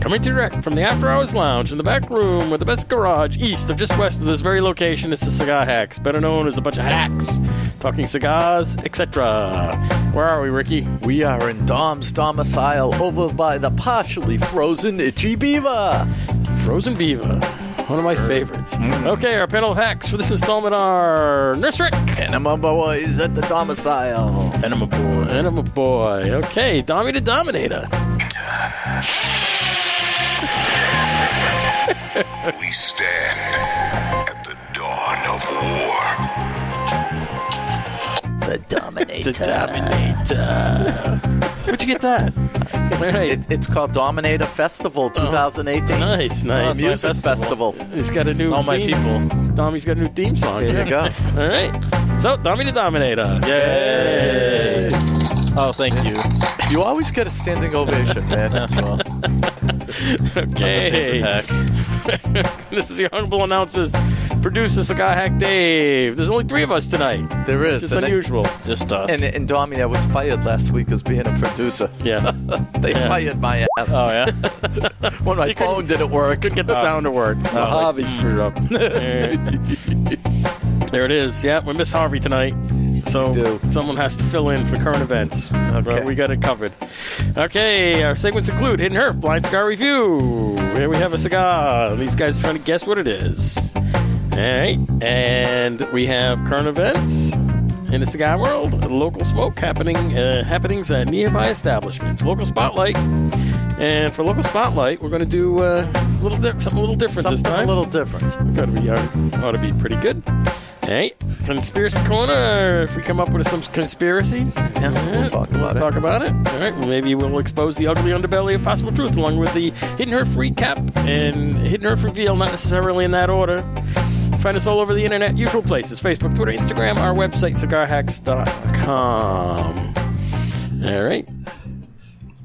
Coming direct from the After Hours Lounge in the back room with the best garage east of just west of this very location. It's the Cigar Hacks, better known as a bunch of hacks, talking cigars, etc. Where are we, Ricky? We are in Dom's domicile over by the partially frozen Itchy Beaver. Frozen Beaver. One of my favorites. Mm. Okay, our panel of hacks for this installment are Nurse Rick Enema Boys at the domicile. Enema Boy. Enema Boy. Okay, Dommy the Dominator. We stand at the dawn of war. The Dominator. The Dominator. Where'd you get that? All right. It- it's called Dominator Festival 2018. Oh. Nice, nice. It's a music festival. He's got a new All my theme. people. Dommy's got a new theme song. There you go. All right. So, Dommy the Dominator. Yay. Oh, thank you. You always get a standing ovation, man. Well, Okay. this is the Honorable Announces. Producer Cigar Hack Dave. There's only three of us tonight. There is. It's and it- unusual. just us. And, and Dommy, I was fired last week as being a producer. Yeah. They Yeah. fired my ass oh yeah. when my you couldn't- phone didn't work. Couldn't get the sound to work. Uh, The Harvey screwed up. there it is. Yeah, we miss Harvey tonight. So do. someone has to fill in for current events. Uh, But we got it covered. Okay, our segments include Hidden Earth, Blind Cigar Review. Here we have a cigar. These guys are trying to guess what it is. All right. And we have current events in the cigar world, local smoke happening uh, happenings at nearby establishments, local spotlight. And for local spotlight, we're going to do uh, a little di- something a little different this Something time. a little different. Gotta be ought, ought to be pretty good. Hey, conspiracy corner. If we come up with some conspiracy, Yeah, we'll talk about it. talk about it. All right, well, maybe we'll expose the ugly underbelly of possible truth, along with the hidden earth recap and hidden earth reveal, not necessarily in that order. Find us all over the internet, usual places: Facebook, Twitter, Instagram, our website, cigarhacks.com. All right,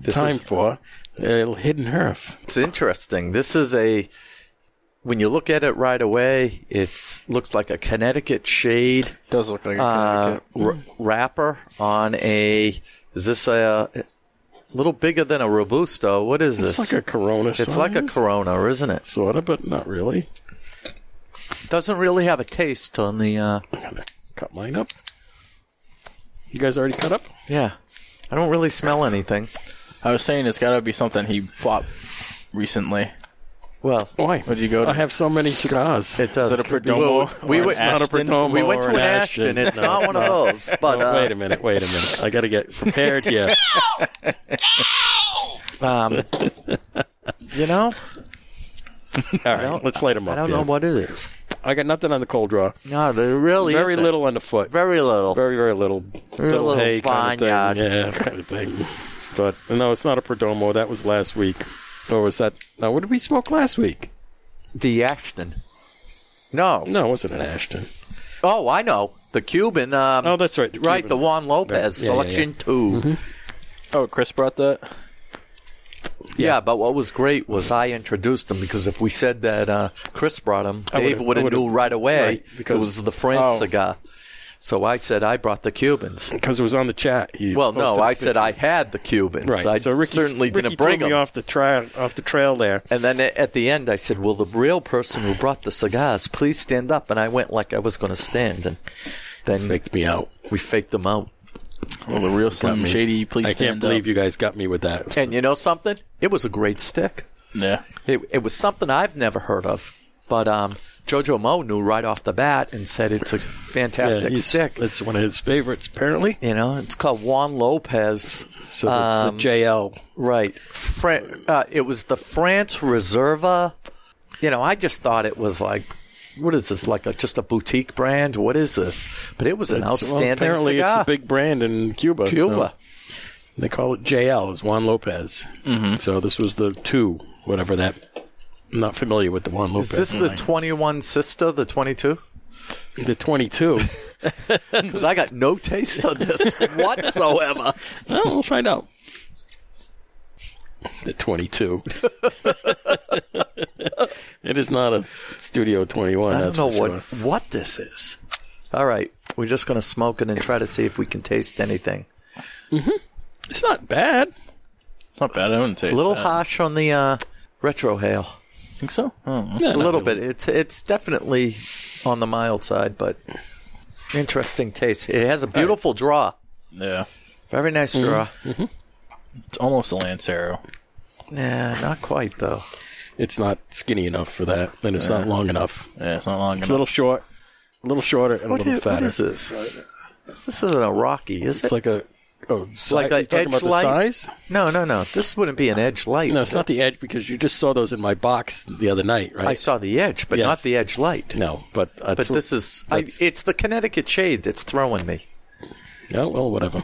This time is, for uh, hidden earth. it's interesting. This is a when you look at it right away, it's looks like a Connecticut shade Does look like a uh, r- Connecticut. wrapper on a. Is this a, a little bigger than a robusto? What is this? It's like a Corona. it's like a size, Corona, isn't it? sorta, but not really. Doesn't really have a taste on the. Uh, gonna cut mine up. You guys already cut up? yeah, I don't really smell anything. I was saying it's got to be something he bought recently. Well, Why? Where'd you go? To? Oh, I have so many cigars. It does. Is it a Perdomo? we or an went- not a Ashton? Perdomo. we went or to an an Ashton. Ashton. It's No, not it's one of those. But Oh, uh, wait a minute, wait a minute. I gotta get prepared here. Um, you know, All right, don't- let's light them I up. don't know yeah. what it is. I got nothing on the cold draw. No, there really Very isn't. little on the foot. Very little. Very, very little. little, little hay kind of vineyard. thing. Yeah, kind of thing. But no, it's not a Perdomo. That was last week. Or was that. Now, what did we smoke last week? the Ashton. No. No, it wasn't an Ashton. Oh, I know. The Cuban. Um, Oh, that's right. right. The Cuban. Juan Lopez Yeah, Mm-hmm. yeah, selection two. Oh, Chris brought that. Yeah. but what was great was I introduced him because if we said that uh, Chris brought him, Dave would've- would I have would've- knew right away Right, because- it was the France oh. cigar. So I said I brought the Cubans. Because it was on the chat. He Well, no, posted a I said I had the Cubans. Right. I so Ricky, certainly Ricky didn't bring threw me them. off the trail off the trail there. And then a- at the end, I said, "Will the real person who brought the cigars please stand up?" And I went like I was going to stand, and then Faked me out. we faked them out. Well, the real Slim me. Shady. Please I can't stand believe up. you guys got me with that. And you know something? It was a great stick. Yeah. It, it was something I've never heard of, but um, Jojo Mo knew right off the bat and said it's a yeah, fantastic he's- stick. It's one of his favorites, apparently. You know, it's called Juan Lopez. So the- Um, the JL. Right. Fran- uh, it was the France Reserva. You know, I just thought it was like, what is this? Like a, just a boutique brand? What is this? But it was an It's- well, outstanding apparently, cigar. it's a big brand in Cuba. so Cuba. they call it JL. Is Juan Lopez. Mm-hmm. So this was the two, whatever that. I'm not familiar with the Juan is Lopez. this the 21 sister, the 22? the 22? Because I got no taste on this whatsoever. well, we'll find out. The 22. It is not a Studio 21. I don't that's know for what sure. what this is. All right, we're just going to smoke it and try to see if we can taste anything. It's not bad. It's not bad. I wouldn't say A little it's bad. harsh on the uh, retrohale. Think so? I don't know. Yeah, A little bit. It's it's definitely on the mild side, but interesting taste. It has a beautiful draw. Mm-hmm. Yeah. Very nice draw. It's almost a Lancero. Nah, not quite though. It's not skinny enough for that, and it's not long enough. Yeah, it's not long It's enough. a little short, a little shorter, and a What little is, what fatter. is this? This isn't a rocky, is It's it? like a oh, like Like a you talking edge about the light? size? No, no, no. This wouldn't be an edge light. No, it's not the edge because you just saw those in my box the other night, right? I saw the edge, but Yes. not the edge light. no, but uh, But this is I, that's- it's the Connecticut shade that's throwing me. yeah, well, whatever.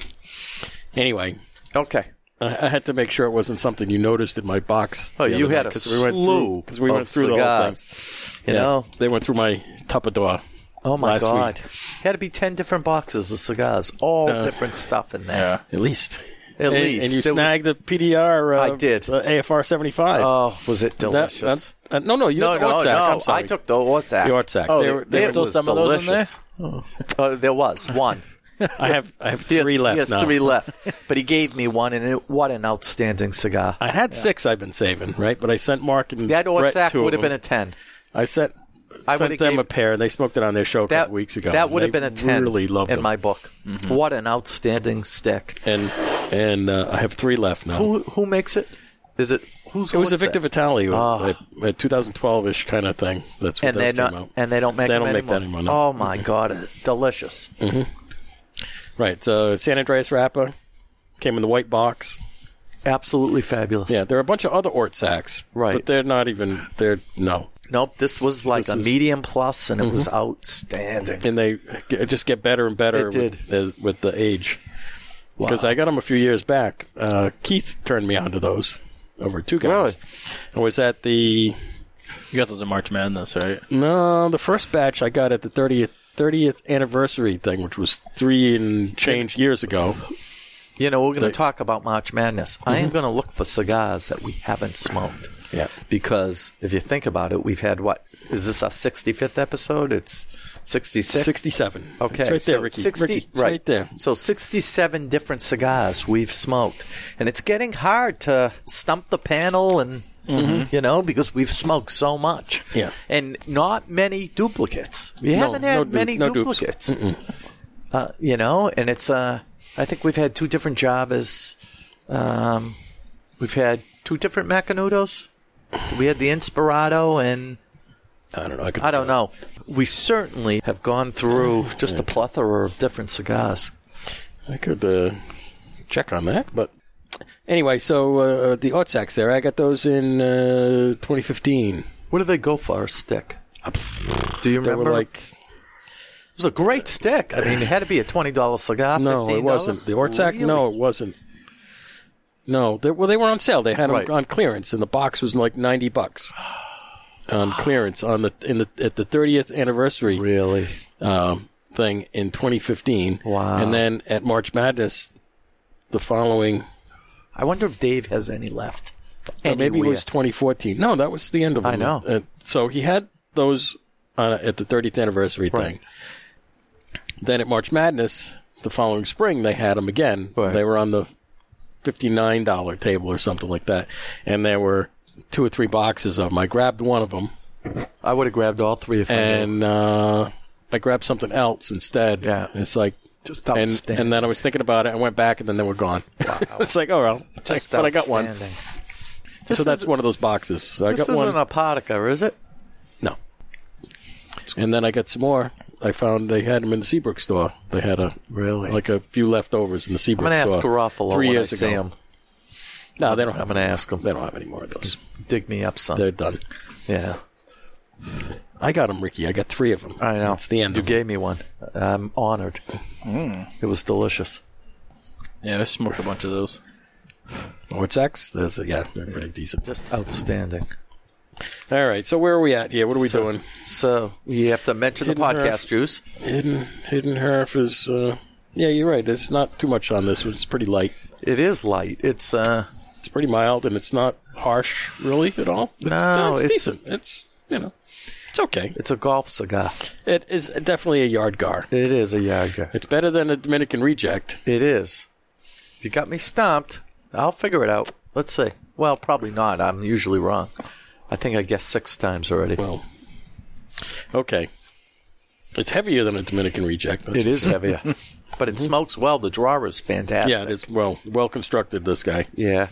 Anyway, Okay. I, I had to make sure it wasn't something you noticed in my box. Oh, you had a slew because we went of through cigars. the whole You thing. Yeah, know? they went through my Tupperware. Oh my last week. god. Had to be ten different boxes of cigars, all different stuff in there. Yeah. At least. At and, least. And you There was- snagged the PDR. Uh, I did. The AFR 75. Oh, was it That- delicious? that- uh, no, no, you no, had the no, Ortsac. no. I'm sorry. I took the Oh, WhatsApp. The Ortsac. There- there's still some of those in there? Oh. Uh, there was one. I have, I have He has- three left He has now. three left. But he gave me one, and it, what an outstanding cigar. I had six I've been saving, right? But I sent Mark and That Brett Ortsac two of would have them. been a 10. I sent, I sent would've them gave- a pair, and they smoked it on their show a That, couple weeks ago. that and would have they been a 10 Really loved in them. Mm-hmm. my book. What an outstanding stick. and and uh, I have three left now. Who, who makes it? Is it who's it was a Ortsac? Victor Vitale, Ah. a 2012 ish kind of thing. That's what and that they was talking not about. and they don't make They them don't make anymore. that anymore, no. Mm. Oh my god, delicious! right. So San Andreas wrapper came in the white box. Absolutely fabulous. Yeah, there are a bunch of other Ortsacks, Right. But they're not even. They're no, Nope, this was like This a is- Mm-hmm. medium plus, and it was outstanding. and they g- just get better and better It with, uh, with the age. Wow. Because I got them a few years back. Uh, Keith turned me onto those over two guys. I was at the You got those in March Madness, right? no the first batch I got at the thirtieth thirtieth anniversary thing, which was three and change years ago. You know, we're going to talk about March Madness. I am going to look for cigars that we haven't smoked. Mm-hmm. Yeah. Because if you think about it, we've had what? Is this our 65th episode? It's 66? 67. Okay. It's right there, so Ricky. 60, Ricky, it's right there. So 67 different cigars we've smoked. And it's getting hard to stump the panel and. You know, because we've smoked so much, Mm-hmm. Yeah. and not many duplicates. We No, haven't had no du- many no dupes. duplicates uh, you know, and it's uh, I think we've had two different Javas. Um, we've had two different Macanudos. We had the Inspirado, and I don't know. could I don't know. We certainly have gone through just a plethora of different cigars. I could uh, check on that, but anyway, so uh, the Ortsacks there, I got those in uh, 2015. What did they go for? A stick? Do you They remember? were like it was a great stick. I mean, it had to be a twenty dollar cigar. no, it $15? wasn't the Ortsack. No, it wasn't. No, they, well, they were on sale. They had them Right. on clearance, and the box was like 90 bucks on clearance on the in the at the 30th anniversary. really. um, thing in 2015. Wow. And then at March Madness, the following, I wonder if Dave has any left. or maybe it Anywhere. was 2014. No, that was the end of I them. know. Uh, so he had those uh, at the 30th anniversary Right. thing. Then at March Madness, the following spring, they had them again. Right. They were on the $59 table or something like that. And there were two or three boxes of them. I grabbed one of them I would have grabbed all three if I knew. and uh, I grabbed something else instead. Yeah. It's like, just and, outstanding. and then I was thinking about it. I went back, and then they were gone. it's like, oh well, Just but I got one. outstanding. so that's is- one of those boxes. So I This got isn't one. a Podicca, is it? no. And then I got some more. I found they had them in the Seabrook store. They had a Really? like a few leftovers in the I'm Seabrook going to ask store. Garofalo three when years I see ago. him. No, they don't I'm have. going to ask him. They don't have any more of those. Dig me up, son. They're done. Yeah, I got them, Ricky. I got three of them. I know. It's the end. You of 'em. gave me one. I'm honored. Mm. It was delicious. Yeah, I smoked a bunch of those. Oh, it's X. There's a- yeah, they're pretty decent. Just outstanding. All right. So where are we at here? What are we So- doing? So you have to mention the Hidden podcast, Juice. Hidden Hidden Herf is uh, yeah, you're right. It's not too much on this. one. It's pretty light. It is light. It's uh, It's pretty mild, and it's not harsh, really, at all. It's, No, it's, it's- decent. It's you know, it's okay. It's a golf cigar. It is definitely a yard gar. It is a Yaga. It's better than a Dominican reject. It is. You got me stumped. I'll figure it out. Let's see. Well, probably not. I'm usually wrong. I think I guessed six times already. Well, okay. It's heavier than a Dominican reject. That's it is heavier, but it smokes well. The drawer is fantastic. Mm-hmm. Yeah, it is well well constructed. This guy Yeah.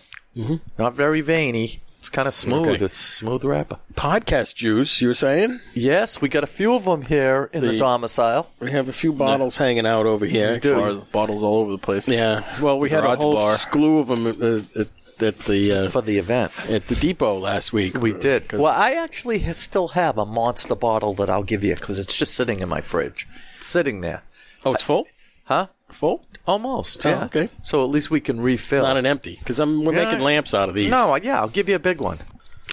Not very veiny. It's kind of smooth. Okay. It's smooth wrapper. podcast juice. You were saying Yes, we got a few of them here in the, The- domicile. we have a few bottles hanging out over here. do. Bars, bottles all over the place. Yeah, well, we had a Garage whole bar. slew of them at, at, at the For the event, uh, at the depot last week. we did. Well, I actually ha- still have a monster bottle that I'll give you because it's just sitting in my fridge, It's sitting there, oh, it's full, huh? full, Almost. Oh, yeah. okay. So at least we can refill. not an empty because I'm we're Yeah. making lamps out of these. no, yeah, I'll give you a big one.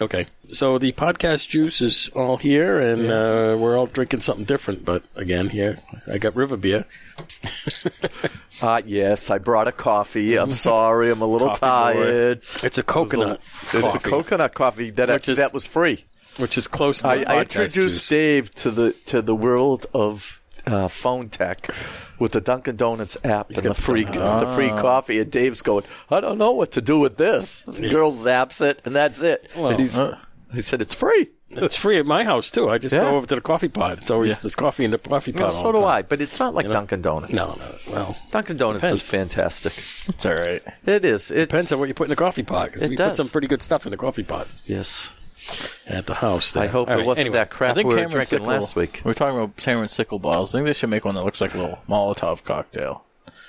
okay. So the podcast juice is all here, and uh, we're all drinking something different. But again, here I got river beer. Ah, yes, I brought a coffee. I'm sorry, I'm a little Coffee boy. tired. It's a coconut. It's a coconut coffee that I, Which is- that was free. which is close. to I, the I podcast introduced juice. Dave to the to the world of uh, phone tech with the Dunkin' Donuts app and the got the Ah. free the free coffee. And Dave's going, I don't know what to do with this. The girl zaps it, and that's it. Well, and he's, he said it's free. It's free at my house too. I just Yeah. go over to the coffee pot. It's always Yeah. there's coffee in the coffee pot. No, all so the do time. I, but it's not like Dunkin' Donuts. No, no. Well, Dunkin' Donuts Depends. is fantastic. It's all right. It is. It depends on what you put in the coffee pot. 'cause It we put does. some pretty good stuff in the coffee pot Yes. at the house. there. I hope All it right, wasn't anyway. that crap I think we were Cameron drinking Sickle, last week. We were talking about Cameron Sickle bottles. I think they should make one that looks like a little Molotov cocktail.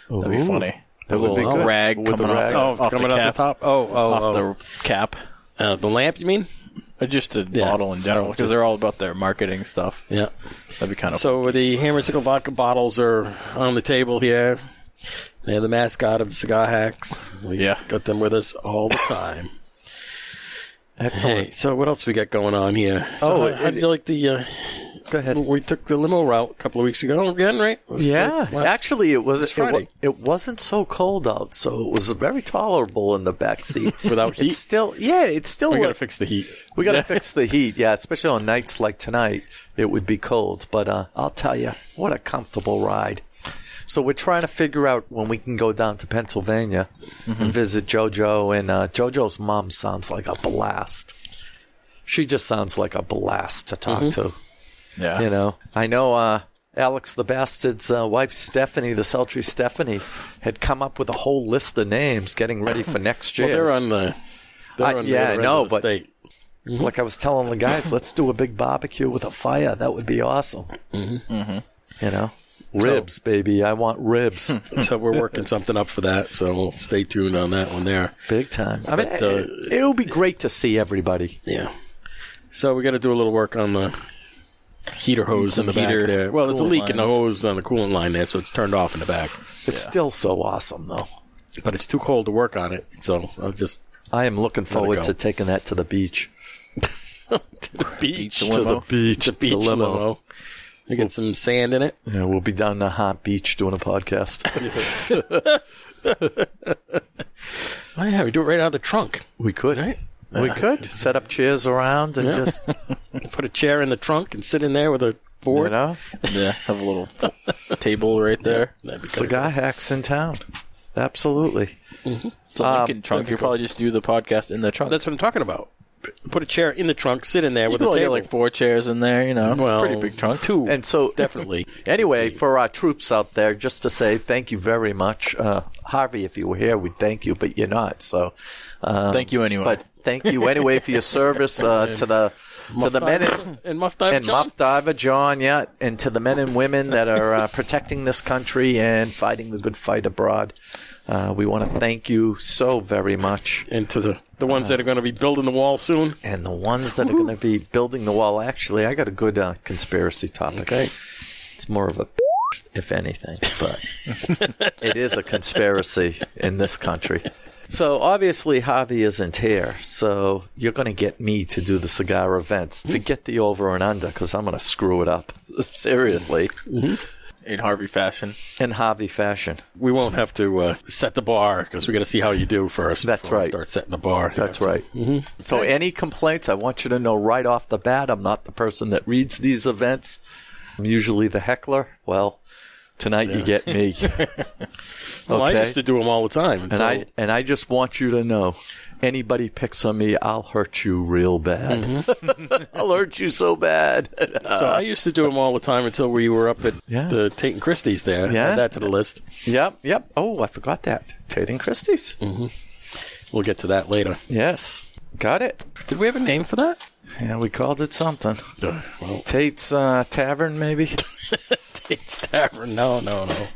That'd be Ooh. funny. That a would little be good. rag With the coming rag. Oh, it's off the, off coming the off cap, the top. Oh, oh, off oh. the cap. Uh, the lamp, you mean? Uh, Just a Yeah. bottle in Oh, general, because they're all about their marketing stuff. Yeah. That'd be kind of So the hammer and sickle vodka bottles are on the table here. They're the mascot of Cigar Hacks. We Yeah. got them with us all the time. Excellent. hey, so what else we got going on here? Oh, So how- how it- do you like the? Uh, Go ahead. we took the limo route a couple of weeks ago again, right? It was uh, Yeah, like last- actually, it was last it, wa- Friday. it wasn't so cold out, so it was very tolerable in the back seat Without It's heat? still, yeah, it's still. we got to a- fix the heat. we gotta fix the heat, yeah, especially on nights like tonight. It would be cold, but uh, I'll tell you, what a comfortable ride. So we're trying to figure out when we can go down to Pennsylvania Mm-hmm. and visit JoJo, and uh, JoJo's mom sounds like a blast. She just sounds like a blast to talk Mm-hmm. to. yeah. You know, I know uh, Alex the Bastard's uh, wife, Stephanie, the sultry Stephanie, had come up with a whole list of names getting ready for next Well, year. they're on Mm-hmm. the. They're I- on the yeah, I other end know, of the but- state. like I was telling the guys, let's do a big barbecue with a fire. That would be awesome. Mm-hmm. Mm-hmm. You know, ribs, baby. I want ribs, so we're working something up for that. So we'll stay tuned on that one there. big time. I mean, But, uh, it, it'll be great to see everybody. Yeah. So we got to do a little work on the heater hose Some in the back heater there. Well, there's a coolant leak in the lines. hose on the coolant line there, so it's turned off in the back. It's still so awesome, though. But it's too cold to work on it, so I'll just I am looking forward go. to taking that to the beach. to the beach, the to limo. the beach, The the beach limo. limo. You get some sand in it. Yeah, we'll be down the hot beach doing a podcast. Oh yeah, we do it right out of the trunk. we could. Right? We could Uh, set up chairs around and Yeah. just Put a chair in the trunk and sit in there with a board. you know Yeah, have a little table right there. That'd be kinda cigar hacks in town. Absolutely. So Lincoln Um, trunk. You probably just do the podcast in the trunk. That's what I'm talking about. Put a chair in the trunk, sit in there you with could a only get table. like four chairs in there. You know, It's a well, pretty big trunk. Two, And so definitely. Anyway, for our troops out there, just to say thank you very much, uh, Harvey. If you were here, we'd thank you, but you're not. So, um, Thank you anyway. But thank you anyway for your service uh, to the to the men and, and Muff Diver and John. Muff Diver John, yeah, and to the men and women that are uh, protecting this country and fighting the good fight abroad. Uh, we want to thank you so very much. and to the the ones that are going to be building the wall soon. And the ones that are going to be building the wall, actually, I got a good uh, conspiracy topic. Okay. It's more of a, if anything, but it is a conspiracy in this country. So obviously, Javi isn't here. So you're going to get me to do the cigar events. Forget the over and under because I'm going to screw it up seriously. in Harvey fashion. in hobby fashion. We won't have to uh, set the bar because we got to see how you do first. That's before we right. Start setting the bar. That's Yeah, so- right. Mm-hmm. So, any complaints, I want you to know right off the bat, I'm not the person that reads these events. I'm usually the heckler. Well, tonight you get me. okay. Well, I used to do them all the time. and until- I and I just want you to know, anybody picks on me, I'll hurt you real bad. I'll hurt you so bad. so I used to do them all the time until we were up at uh, Yeah. the Tate and Christie's. There, Yeah. add that to the list. yep, yep. Oh, I forgot that. Tate and Christie's. We'll get to that later. Yes, got it. Did we have a name for that? Yeah, we called it something. well, Tate's uh, Tavern, maybe. Tate's Tavern. No, no, no.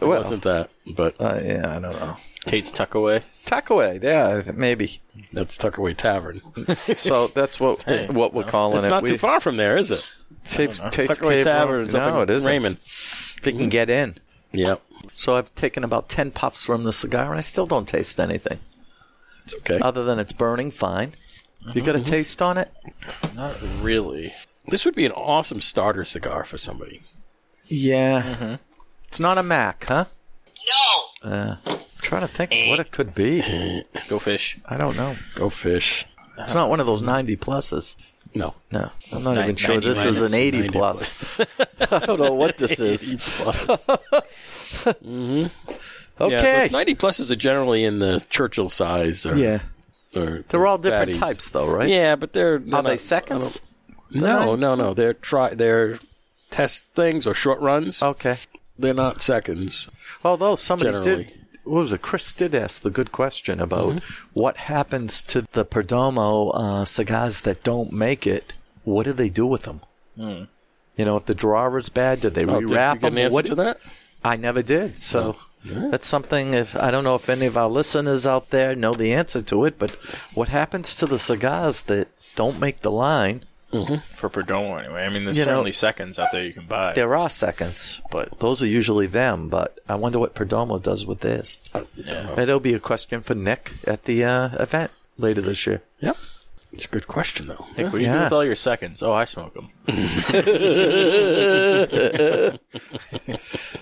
It Well- wasn't that, but Uh, yeah, I don't know. Tate's Tuckaway. Tuckaway, yeah, maybe. that's Tuckaway Tavern. it's So that's what what we're calling it. not We- too far from there, is it? Tate's, Tate's Tuckaway Cave Tavern. Road. is up No, in it isn't. Raymond. If you can get in. Yep. So I've taken about ten puffs from the cigar, and I still don't taste anything It's okay. other than it's burning fine. You Mm-hmm. got a taste on it? Not really. this would be an awesome starter cigar for somebody. Yeah. Mm-hmm. It's not a Mac, huh? No. I'm trying to think of what it could be. Go fish. I don't know. Go fish. It's not one of those ninety pluses. No. No, I'm not Nin- even sure 90 this is minus an 80 90 plus. I don't know what this is. Yeah, Okay. those 90 pluses are generally in the Churchill size. Or, Yeah. or They're all different fatties. types, though, right? Yeah, but they're. they're Are they not- seconds? I don't- No, no, no. They're try. They're test things or short runs. Okay. They're not seconds. Although somebody did, Generally. what was it? Chris did ask the good question about what happens to the Perdomo uh, cigars that don't make it. What do they do with them? You know, if the drawer is bad, do they Hmm. Oh, did you rewrap get an them? answer What- to that? Oh, I never did. So that's something. If I don't know if any of our listeners out there know the answer to it, but what happens to the cigars that don't make the line? For Perdomo, anyway. I mean, there's You know- certainly seconds out there you can buy. There are seconds, But those are usually them. But I wonder what Perdomo does with this. yeah. It'll be a question for Nick at the uh, event later this year. Yep. It's a good question though. Nick, what do you do Yeah. with all your seconds? Oh, I smoke them.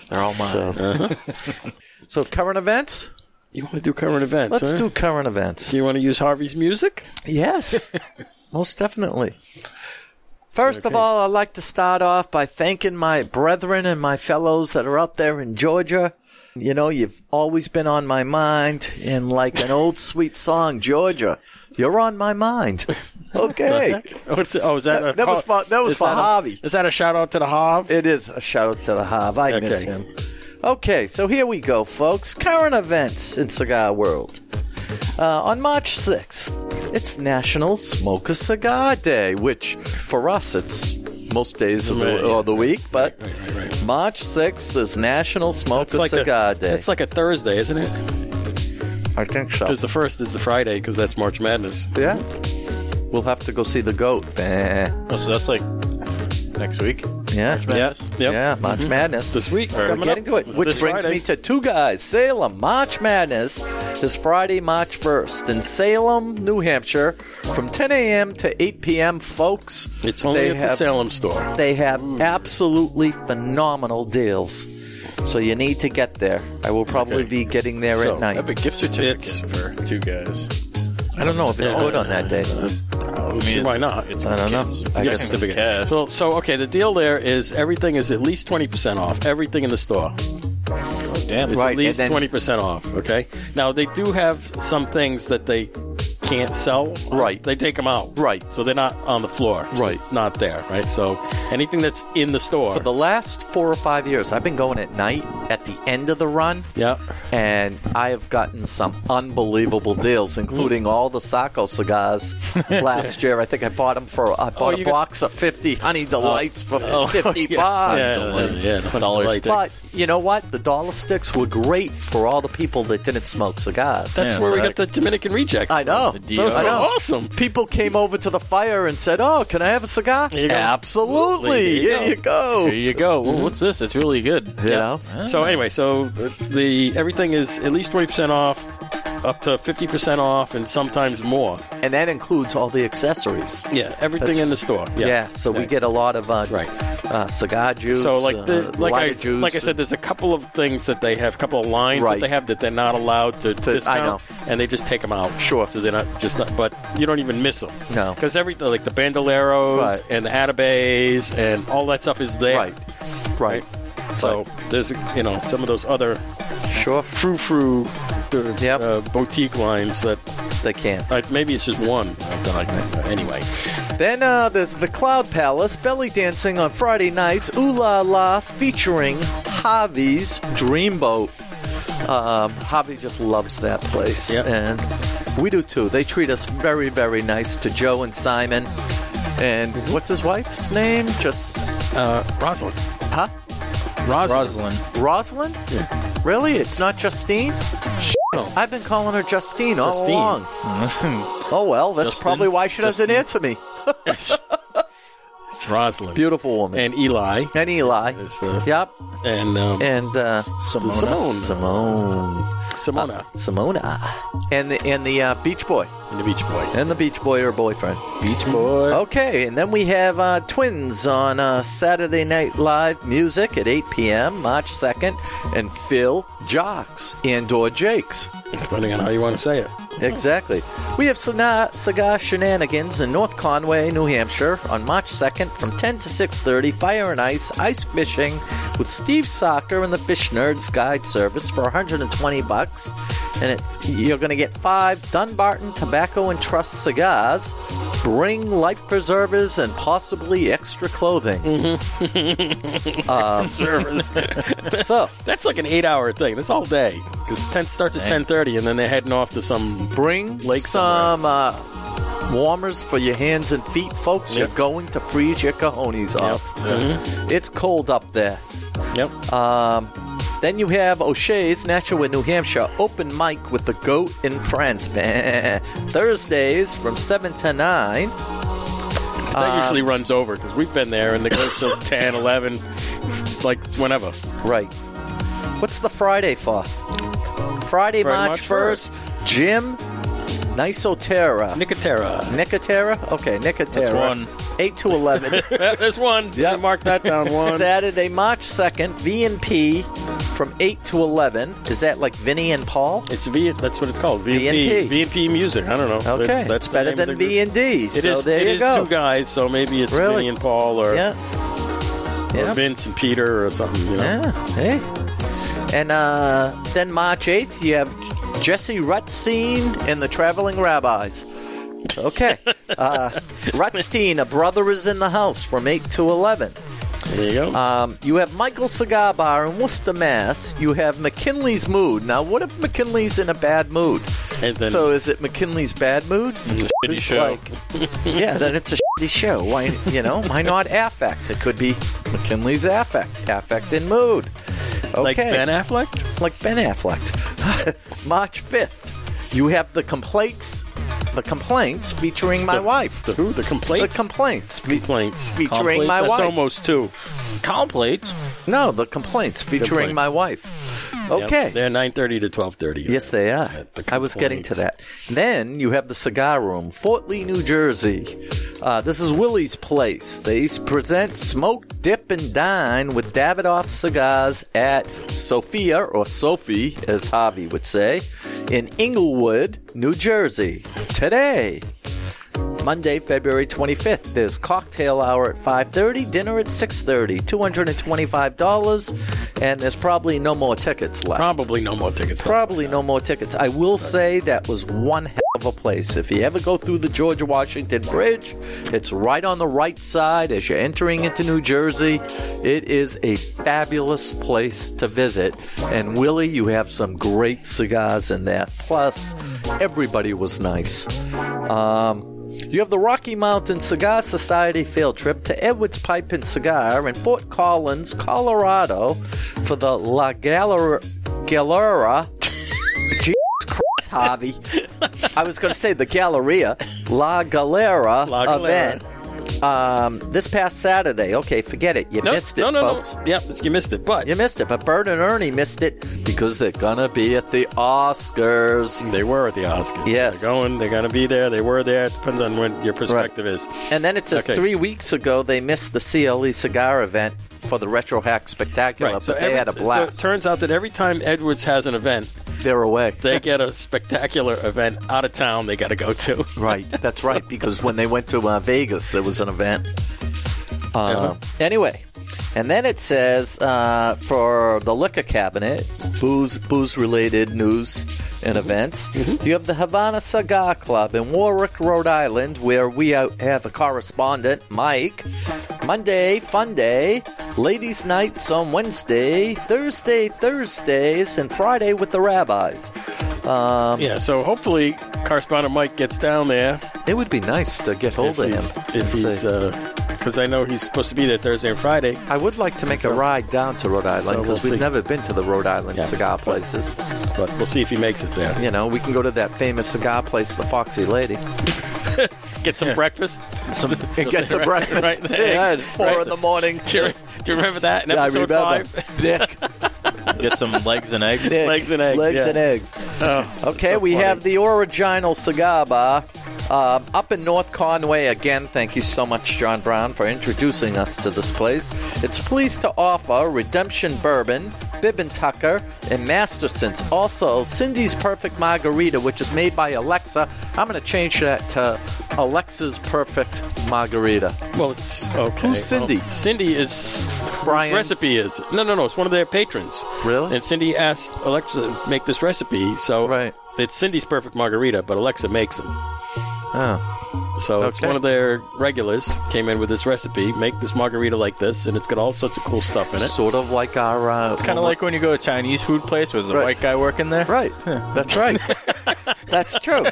They're all mine. So, so current events. You want to do current events? Let's huh? do current events. Do you want to use Harvey's music? Yes, most definitely. First of all, I'd like to start off by thanking my brethren and my fellows that are out there in Georgia. You know, you've always been on my mind, and like an old sweet song, Georgia, you're on my mind. Okay. Oh, it's- oh, is that, That- a, that was for- that was is for a- Harvey. Is that a shout out to the Harv? It is a shout out to the Hav. I miss Okay. him. Okay, so here we go, folks. Current events in cigar world. Uh, on March 6th, it's National Smoke a Cigar Day, which for us it's most days of the, Right, of the right, week, but right, right, right. March 6th is National Smoke a Cigar Day. It's like a Thursday, isn't it? I think so. Because the first is the Friday, because that's March Madness. Yeah. We'll have to go see the goat. Eh. Oh, so that's like next week. Yeah. Madness? Yep. Yeah, March Mm-hmm. Madness. This week, All right. coming We're getting up, to it, is which this brings Friday. me to two guys. Salem March Madness is Friday, March 1st in Salem, New Hampshire, from 10 a.m. to 8 p.m. Folks, It's only they at the have Salem store. they have absolutely phenomenal deals, so you need to get there. I will probably Okay. be getting there So, at that'd be a night. gift certificate It's- for two guys. I don't know if it's Yeah. good on that day. I mean, why it's- not? It's I don't know. It's I guess technically cash. So, so okay, the deal there is everything is at least twenty percent off. Everything in the store Damn, is it's Right, at and least then- twenty percent off. Okay, now they do have some things that they can't sell. Right. they take them out. Right. so they're not on the floor. So Right. it's not there. Right, so anything that's in the store. For the last four or five years, I've been going at night at the end of the run. yeah, and I have gotten some unbelievable deals, including Mm. all the Sacco cigars last year. I think I bought them for I bought Oh, you a got- Oh. box of fifty Honey Delights for fifty yeah. bucks. Yeah, yeah, yeah, the Dollar lights. stick. But you know what? The dollar sticks were great for all the people that didn't smoke cigars. That's Yeah, where we got right. the Dominican rejects. I know. The Those Yeah. I are know. awesome. People came over to the fire and said, "Oh, can I have a cigar?" you go. Absolutely. Here you go. Here you go. Well, what's this? It's really good. You know. So anyway, so the everything is at least twenty percent off. up to 50% off and sometimes more. and that includes all the accessories. Yeah, everything That's- in the store. Yeah, Yeah, so we Yeah. get a lot of uh, Right. uh, cigar juice. So like uh, the, like lager I juice. like I said, there's a couple of things that they have, a couple of lines Right. that they have that they're not allowed to, To- I discount, know. and they just take them out. Sure. So they're not just not, but you don't even miss them. No. because everything like the bandoleros Right. and the atabays and all that stuff is there. right, right, So there's you know some of those other sure, frou frou uh, Yep. uh, boutique lines that they can. uh, maybe it's just one. I've done like that. Anyway, Then uh, there's the Cloud Palace belly dancing on Friday nights. Ooh la la, featuring Javi's Dreamboat. Um, Javi just loves that place, Yep. and we do too. They treat us very, very nice to Joe and Simon. And what's his wife's name? Just uh, Rosalind. huh? Roslyn. Rosalind? Really? It's not Justine? No. I've been calling her Justine, all Justine. along. oh well, that's Justin? probably why she doesn't answer me. It's Rosalind. Beautiful woman. And Eli. And Eli. There's the- Yep. And um, And uh, Simone. Simone. Simona Simona. And the and the uh, Beach Boy. and the Beach Boy. And the Beach Boy or boyfriend. Beach Boy. Okay, and then we have uh, Twins on uh, Saturday Night Live music at 8 p.m. March 2nd, and Phil Jocks and/or Jakes. Depending on how you want to say it. Exactly. We have Cigar, Cigar Shenanigans in North Conway, New Hampshire, on March 2nd from 10 to 6:30. Fire and ice, ice fishing with Steve Soccer and the Fish Nerds Guide Service for 120 bucks, and it, you're going to get five Dunbarton Tobacco and Trust cigars. Bring life preservers and possibly extra clothing. Service. So That's like an eight-hour thing. That's all day. Because ten starts at ten thirty, and then they're heading off to some. bring Lake some uh, warmers for your hands and feet, folks. Yep. You're going to freeze your cojones off. Uh, It's cold up there. Yep. Uh, Then you have O'Shea's Nashua, New Hampshire, open mic with the Goat and Friends. Thursdays from 7 to 9. um, that usually runs over because we've been there, and it goes till 10, 11, it's like it's whenever. Right. What's the Friday for? Friday, March March, 1st. 1st, Jim Nisotera. Nicotera. Nicotera? Okay, Nicotera. one. 8 to 11. There's one. Yeah. Yep. Mark that down. One. Saturday, March 2nd, V&P from 8 to 11. Is that like Vinny and Paul? It's V. That's what it's called. VNP. VNP. VNP music. I don't know. Okay, That- that's that's better than V and D. It so is- there it you is go. two guys, so maybe it's Really? Vinny and Paul, or, Yeah, or yeah. Vince and Peter, or something. You know? yeah. Hey, and uh, then March eighth, you have Jesse Rutstein and the Traveling Rabbis. Okay, uh, Rutstein, a brother is in the house from eight to eleven. There you go. Um, you have Michael Cigar Bar in Worcester, Mass. You have McKinley's Mood. Now, what if McKinley's in a bad mood? And then- so, is it McKinley's bad mood? Shitty show. yeah, then it's a shitty show. Why, you know, why not affect? It could be McKinley's affect, affect and mood. Okay, Like Ben Affleck. like Ben Affleck. March fifth, you have the complaints, the complaints featuring my wife. The who? The The complaints. complaints fe- complaints. featuring my That's wife. almost two. Count plates. no, the complaints featuring Complaints. my wife. Yep, Okay. they're nine thirty to twelve thirty. Yes, they are. I was getting to that. Then you have the cigar room, Fort Lee, New Jersey. Uh, this is Willie's place. They s- present Smoke, Dip, and Dine with Davidoff cigars at Sophia, or Sophie, as Javi would say, in Inglewood, New Jersey. Today. Monday, February 25th. There's cocktail hour at 5:30, dinner at 6:30. $225 and there's probably no more tickets left. Probably no more tickets. Probably no more tickets. I will say that was one hell of a place. If you ever go through the George Washington Bridge, it's right on the right side as you're entering into New Jersey. It is a fabulous place to visit. And Willie, you have some great cigars in there. Plus, everybody was nice. Um, you have the Rocky Mountain Cigar Society field trip to Edwards Pipe and Cigar in Fort Collins, Colorado, for the La Galera. Galera. Jesus Christ, Harvey. I was going to say the Galleria. La Galera La Galera. event Um, this past Saturday. Okay, forget it. You No, missed it, no, no, folks. no. Yep, you missed it. But You missed it, but Bert and Ernie missed it because they're gonna be at the Oscars. they were at the Oscars. Yes. they're going. They're going to be there. They were there. It depends on what your perspective is. And then it says Okay. three weeks ago they missed the CLE cigar event for the Retro Hack Spectacular, but they every- had a blast. So it turns out that every time Edwards has an event, They're away. they get a spectacular event out of town they got to go to. right, that's right. Because when they went to uh, Vegas, there was an event. Uh, Anyway, and then it says uh, for the liquor cabinet, booze booze related news and events. You have the Havana Cigar Club in Warwick, Rhode Island, where we out- have a correspondent, Mike. Monday, fun day. Ladies' nights on Wednesday, Thursday, Thursdays, and Friday with the rabbis. Um, Yeah, so hopefully correspondent Mike gets down there It would be nice to get hold if of him. he's and if he's uh, say- because I know he's supposed to be there Thursday and Friday. I would like to make a ride down to Rhode Island so because we'll we see. have never been to the Rhode Island Yeah. cigar places. But we'll see if he makes it there. You know, we can go to that famous cigar place, the Foxy Lady, Get some breakfast. some, and get some Right, right, breakfast. Yeah, eggs, four right. in the morning. Do you, do you remember that in Yeah, I episode remember. five? Nick, Get some legs and eggs. Nick, Legs and eggs, Legs yeah. Oh, and eggs. okay, so we funny. have the Original Cigar Bar um, up in North Conway again. Thank you so much, John Brown, for introducing us to this place. It's pleased to offer Redemption Bourbon, Bibb and Tucker, and Masterson's. Also, Cindy's Perfect Margarita, which is made by Alexa. I'm going to change that to Alexa's Perfect Margarita. Well, it's okay. Who's Cindy? Well, Cindy is Brian's- recipe is no, no, no. It's one of their patrons. Really? And Cindy asked Alexa to make this recipe, so Right. It's Cindy's perfect margarita, but Alexa makes them. Oh, So it's Okay. one of their regulars came in with this recipe. Make this margarita like this, and it's got all sorts of cool stuff in it. sort of like our. Uh, It's kind of like when you go to a Chinese food place. Was a Right. white guy working there? Right. That's right. That's true.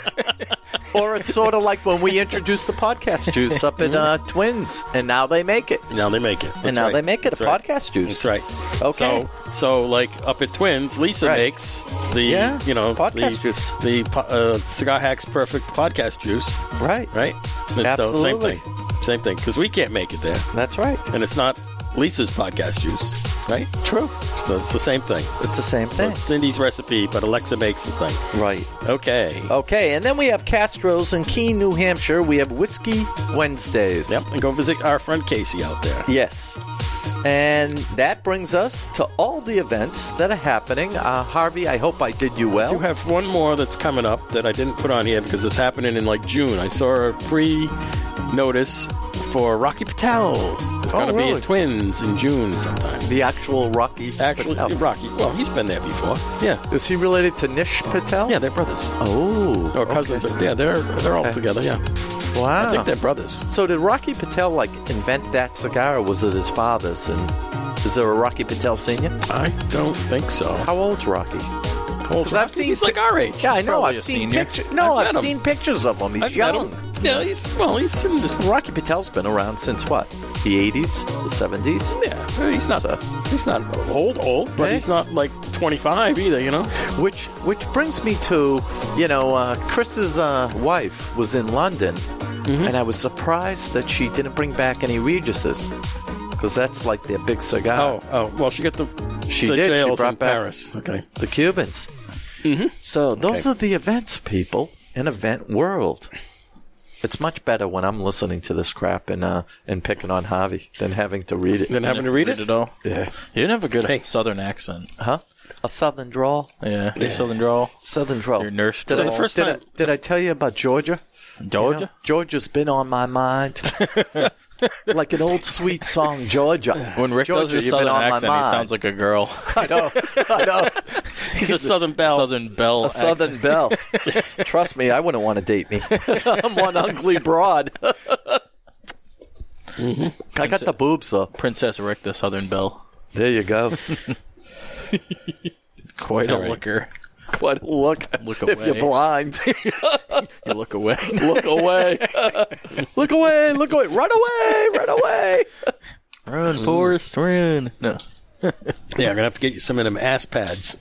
Or it's sort of like when we introduced the podcast juice up in uh, Twins, and now they make it. Now they make it, That's and now right. they make it That's a right. podcast juice. That's right. Okay. So, so like up at Twins, Lisa Right. makes the Yeah, you know podcast the, juice. the po- uh, cigar hacks perfect podcast juice, right. right? And So same Absolutely. thing, same thing, because we can't make it there, That's right. and it's not Lisa's podcast juice, right? True. So it's the same thing. It's the same So thing. it's Cindy's recipe, but Alexa makes the thing. right. Okay. Okay, and then we have Castro's in Keene, New Hampshire. We have Whiskey Wednesdays. Yep. And go visit our friend Casey out there. Yes. And that brings us to all the events that are happening. Uh, Harvey, I hope I did you well. I do have one more that's coming up that I didn't put on here because it's happening in like June. I saw a pre notice for Rocky Patel. It's Oh, going to be really? at Twins in June sometime. the actual Rocky. Actually, Patel. Rocky. Well, he's been there before. Yeah. Is he related to Nish Patel? Yeah, they're brothers. Oh. Or cousins. okay. Or, yeah, they're they're all Okay. together. Yeah. Wow. I think they're brothers. so did Rocky Patel like invent that cigar, or was it his father's? And is there a Rocky Patel senior? I don't think so. How old's Rocky? How old is Because I've Rocky? seen He's like pic- our age. Yeah, I know. probably I've a seen senior. pictures. No, I've I've, met him. seen pictures of him. He's I've met young. him. Yeah, he's well. He's in this. Rocky Patel's been around since what? The 80s, the 70s. Yeah, he's not. So- He's not old, old, but Eh? he's not like 25 either. You know. Which which brings me to, you know, uh, Chris's uh, wife was in London, and I was surprised that she didn't bring back any Regis's, because that's like their big cigar. Oh, oh. Well, she got the. She the did. She Jails brought in back- Paris. Okay. the Cubans. Mm-hmm. So those Okay. are the events, people, in event world. It's much better when I'm listening to this crap and uh, and picking on Javi than having to read it. Then having to read it. all. Yeah. You didn't have a good Hey. southern accent. Huh? A southern drawl. Yeah. Your southern drawl. Southern drawl. Your nurse Did, drawl. I, So the first did, I, time- did I tell you about Georgia? You know, Georgia? Georgia's been on my mind. like an old sweet song, Georgia. When Rick Georgia, does his you've been southern on my accent, he mind. sounds like a girl. I know. I know. He's a Southern Belle. Southern belle. A Southern belle. Trust me, I wouldn't want to date me. I'm one ugly broad. I got the boobs though. Princess Rick, the southern belle. Mm-hmm. There you go. Quite a All right. looker. Quite a look. Look if away. you're blind, You look away. look away. look away. Look away. Run away. Run away. run, Forrest, run. No. Yeah, I'm gonna have to get you some of them ass pads.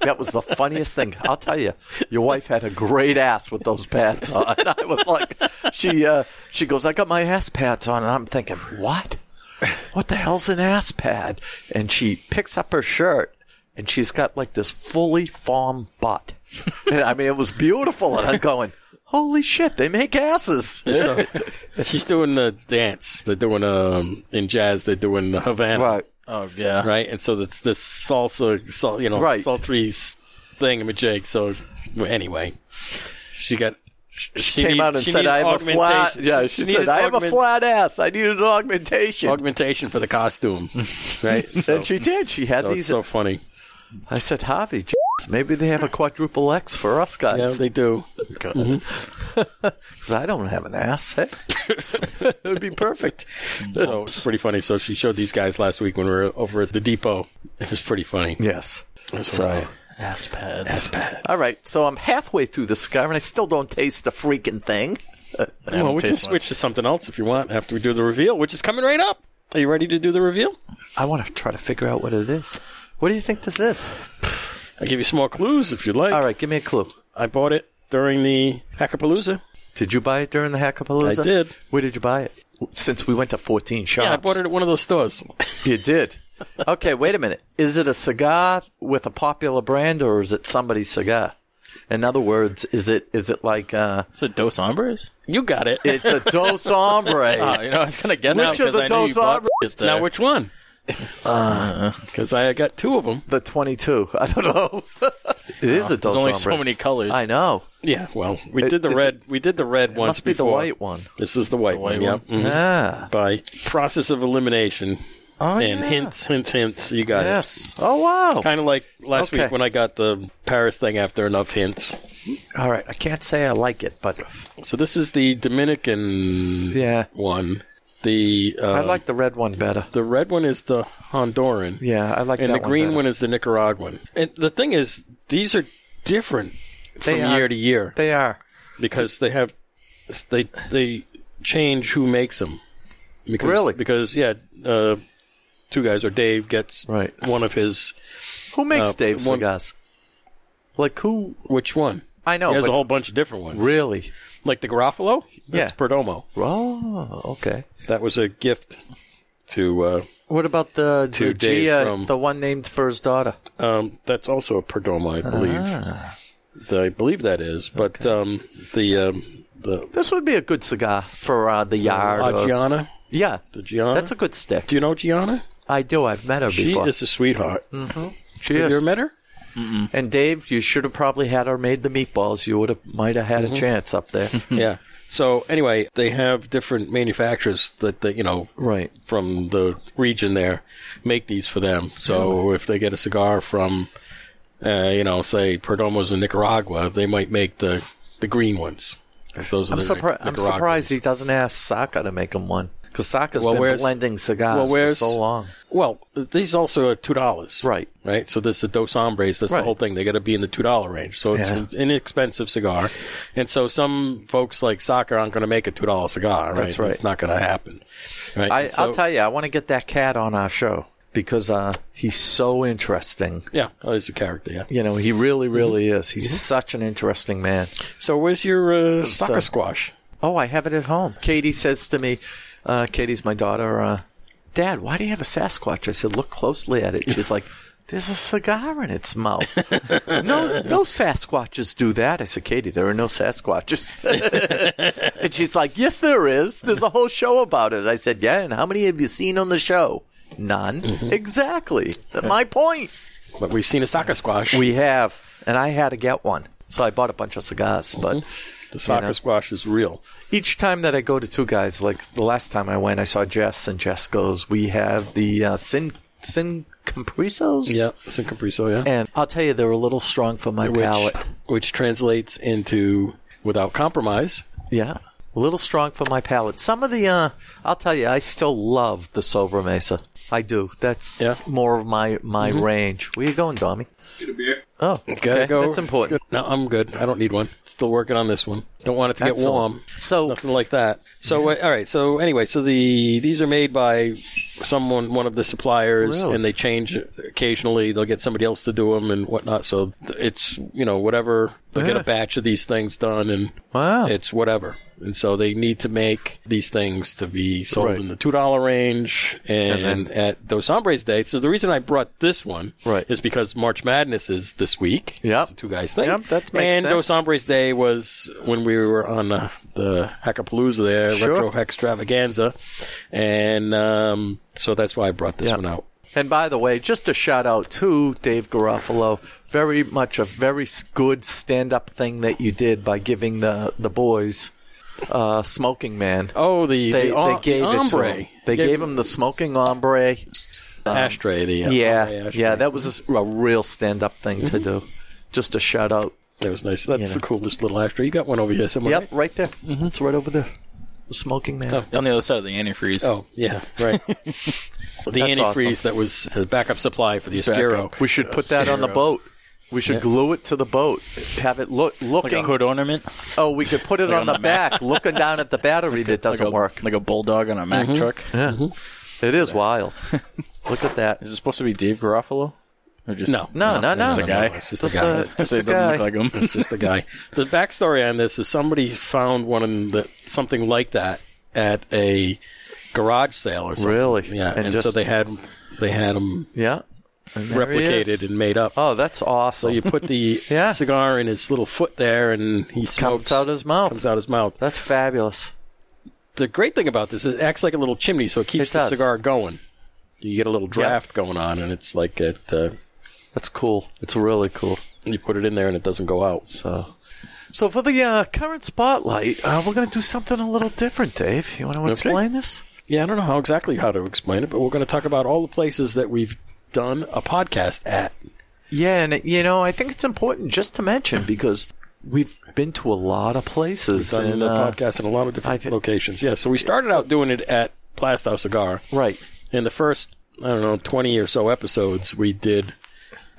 That was the funniest thing. I'll tell you, your wife had a great ass with those pads on. I was like, she uh, she goes, I got my ass pads on, and I'm thinking, what? What the hell's an ass pad? And she picks up her shirt, and she's got like this fully formed butt. And, I mean, it was beautiful, and I'm going, holy shit, they make asses. So, she's doing the dance. They're doing um in jazz. They're doing the Havana, right? Oh yeah. And so it's this salsa, sal, you know, Right. sultry s- thing with Jake. So anyway, she got. She Came need- out and she said, needed "I have a augmentation. flat." Yeah, she, said, needed "I have a augment- flat ass. I needed an augmentation." augmentation for the costume, right?" So, and she did. She had so it's these. so funny. I said, Javi, Jesus, maybe they have a quadruple X for us Yeah, guys. they do. Because I don't have an ass. Hey. it would be perfect. So it's pretty funny. So she showed these guys last week when we were over at the depot. It was pretty funny. Yes. So, Ass pads. all right. So I'm halfway through the scar, and I still don't taste a freaking thing. Well, we can taste switch to something else if you want after we do the reveal, which is coming right up. Are you ready to do the reveal? I want to try to figure out what it is. What do you think this is? I'll give you some more clues if you'd like. All right, give me a clue. I bought it during the Hackapalooza. Did you buy it during the Hackapalooza? I did. Where did you buy it? Since we went to 14 shops. Yeah, I bought it at one of those stores. You did. Okay, wait a minute. Is it a cigar with a popular brand, or is it somebody's cigar? In other words, is it is it like uh, Is it Dos Hombres? You got it. it's a Dos Hombres? Ah, Oh, you know, I was gonna guess Which of because the I Dos know you bought Uh, Hombres? shit there. now, which one? Because I got two of them. The twenty two. I don't know. it is a Ah, Dos only Hombres. so many colors. I know. Yeah, well, we It- did the is red. we did the red once must be the before. white one. This is the white, white one. one. Yeah. Mhm. Ah. By process of elimination Oh and yeah. hints, hints, hints. You got it. Yes. Oh wow. Kind of like last Okay. week when I got the Paris thing after enough hints. All right. I can't say I like it, but So this is the Dominican yeah, one. The uh, I like the red one better. the red one is the Honduran, Yeah, I like and that the green better. one is the Nicaraguan. And the thing is, these are different They from are- year to year They are because they have they they change who makes them. Because, Really? Because yeah, uh, two guys or Dave gets Right. one of his. who makes Uh, Dave one- cigars? Like who? Which one? I know. He has Oh, but a whole bunch of different ones. really. Like the Garofalo? That's Yeah. Perdomo. Oh, okay. That was a gift to. Uh, What about the To the, Dave Gia, from- the one named for his daughter? um, that's also a Perdomo, I believe. Ah. The- I believe that is. But um, the um, the This would be a good cigar for uh, the yard. Ah, or- Gianna. yeah, The Gianna. that's a good stick. Do you know Gianna? I do. I've met her She before. Mm. is a sweetheart. she Have is. you ever met her? and Dave, you should have probably had her made the meatballs. You would have might have Mm-hmm. had a chance up there. yeah. So anyway, they have different manufacturers that they, you know right. from the region there make these for them. So if they get a cigar from, uh, you know, say Perdomo's in Nicaragua, they might make the the green ones. Those are I'm, the surpri- I'm Nicaraguans. surprised he doesn't ask Saka to make him one because Saka's Well, been where's- blending cigars well, for where's- so long. Well, these also are two dollars, Right. Right. So this is Dos Hombres. That's Right. the whole thing. They got to be in the two dollar range. So it's Yeah. an inexpensive cigar, and so some folks like soccer aren't going to make a two dollar cigar. Right? That's right. It's not going to happen. Right. I, And so- I'll tell you, I want to get that cat on our show because uh, he's so interesting. Yeah, oh, he's a character. Yeah. You know, he really, really is. He's such an interesting man. So where's your uh, soccer uh, squash? Oh, I have it at home. Katie says to me, uh, Katie's my daughter, uh, Dad, why do you have a Sasquatch? I said, look closely at it. She's like, there's a cigar in its mouth. no, no Sasquatches do that. I said, Katie, there are no Sasquatches. and she's like, yes, there is. There's a whole show about it. I said, yeah, and how many have you seen on the show? None. Exactly. My point. But we've seen a soccer squash. We have, and I had to get one. So I bought a bunch of cigars, but the soccer know. squash is real. each time that I go to two guys, like the last time I went, I saw Jess, and Jess goes, "We have the uh, Sin Sin Comprisos." Yeah, it's in Capriso. Yeah, And I'll tell you, they were a little strong for my which, palate. which translates into without compromise. Yeah, a little strong for my palate. Some of the, uh, I'll tell you, I still love the Sober Mesa. I do. That's Yeah. Mm-hmm. more of my my range. Where you going, Dommy? Oh, Gotta okay. go. That's important. No, I'm good. I don't need one. Still working on this one. Don't want it to get Excellent. warm. So- nothing like that. So uh, all right. So anyway, so the these are made by someone, one of the suppliers, Really? and they change occasionally. They'll get somebody else to do them and whatnot. So th- it's you know whatever they'll get Yeah. a batch of these things done, and Wow. it's whatever. And so they need to make these things to be sold Right. in the two dollar range, and, at Dos Hombres Day. So the reason I brought this one Right. is because March Madness is this week. Yep. It's a two guys thing. Yep, that makes and sense. Dos Hombres Day was when we were on uh, the Hackapalooza there, Sure. retro extravaganza, and um, so that's why I brought this Yep. one out. And by the way, just a shout out to Dave Garofalo. Very much a very s- good stand up thing that you did by giving the the boys uh, smoking man. Oh, the they, the, om- they gave the it to ombre. him. They gave him the smoking ombre. the ashtray. The uh, Yeah, ombre ashtray. yeah, that was a s- a, real stand up thing to do. Just a shout out. That was nice. That's You know. the coolest little ashtray. You got one over here somewhere. Yep, right there. Mm-hmm. It's right over there. The smoking man. On the other side of the antifreeze. Oh yeah, right. the That's antifreeze that was the backup supply for the Aspiro. We should put that on the boat. We should glue it to the boat. Have it look Like a looking. hood ornament. oh, we could put it on, on the, the map. back, looking down at the battery that doesn't like a, work. Like a bulldog on a Mack truck. Yeah. It is wild. Look at that. Is it supposed to be Dave Garofalo? Or just No. No, no, no. Just a guy. it's just, Just a guy. a- Just say it the doesn't guy. look like him. It's just a guy. The backstory on this is somebody found one in the, something like that at a garage sale or something. Really? Yeah, and, And so just- they had they had them Yeah. And there he is. replicated and made up. Oh, that's So awesome. you put the Yeah. cigar in his little foot there, and he smokes, comes out his mouth. comes out his mouth. that's fabulous. The great thing about this is it acts like a little chimney, so it keeps It the does. cigar going. You get a little draft going on, and it's like it. Uh, That's cool. It's really cool. you put it in there, and it doesn't go out. So, so for the uh, current spotlight, uh, we're going to do something a little different, Dave. You want to explain this? Yeah, I don't know how exactly how to explain it, but we're going to talk about all the places that we've done a podcast at. Yeah, and you know, I think it's important just to mention because we've been to a lot of places. Done and, a uh, podcast in a lot of different I thi- locations. Yeah, so we started out doing it at Plastow Cigar. Right. In the first, I don't know, 20 or so episodes we did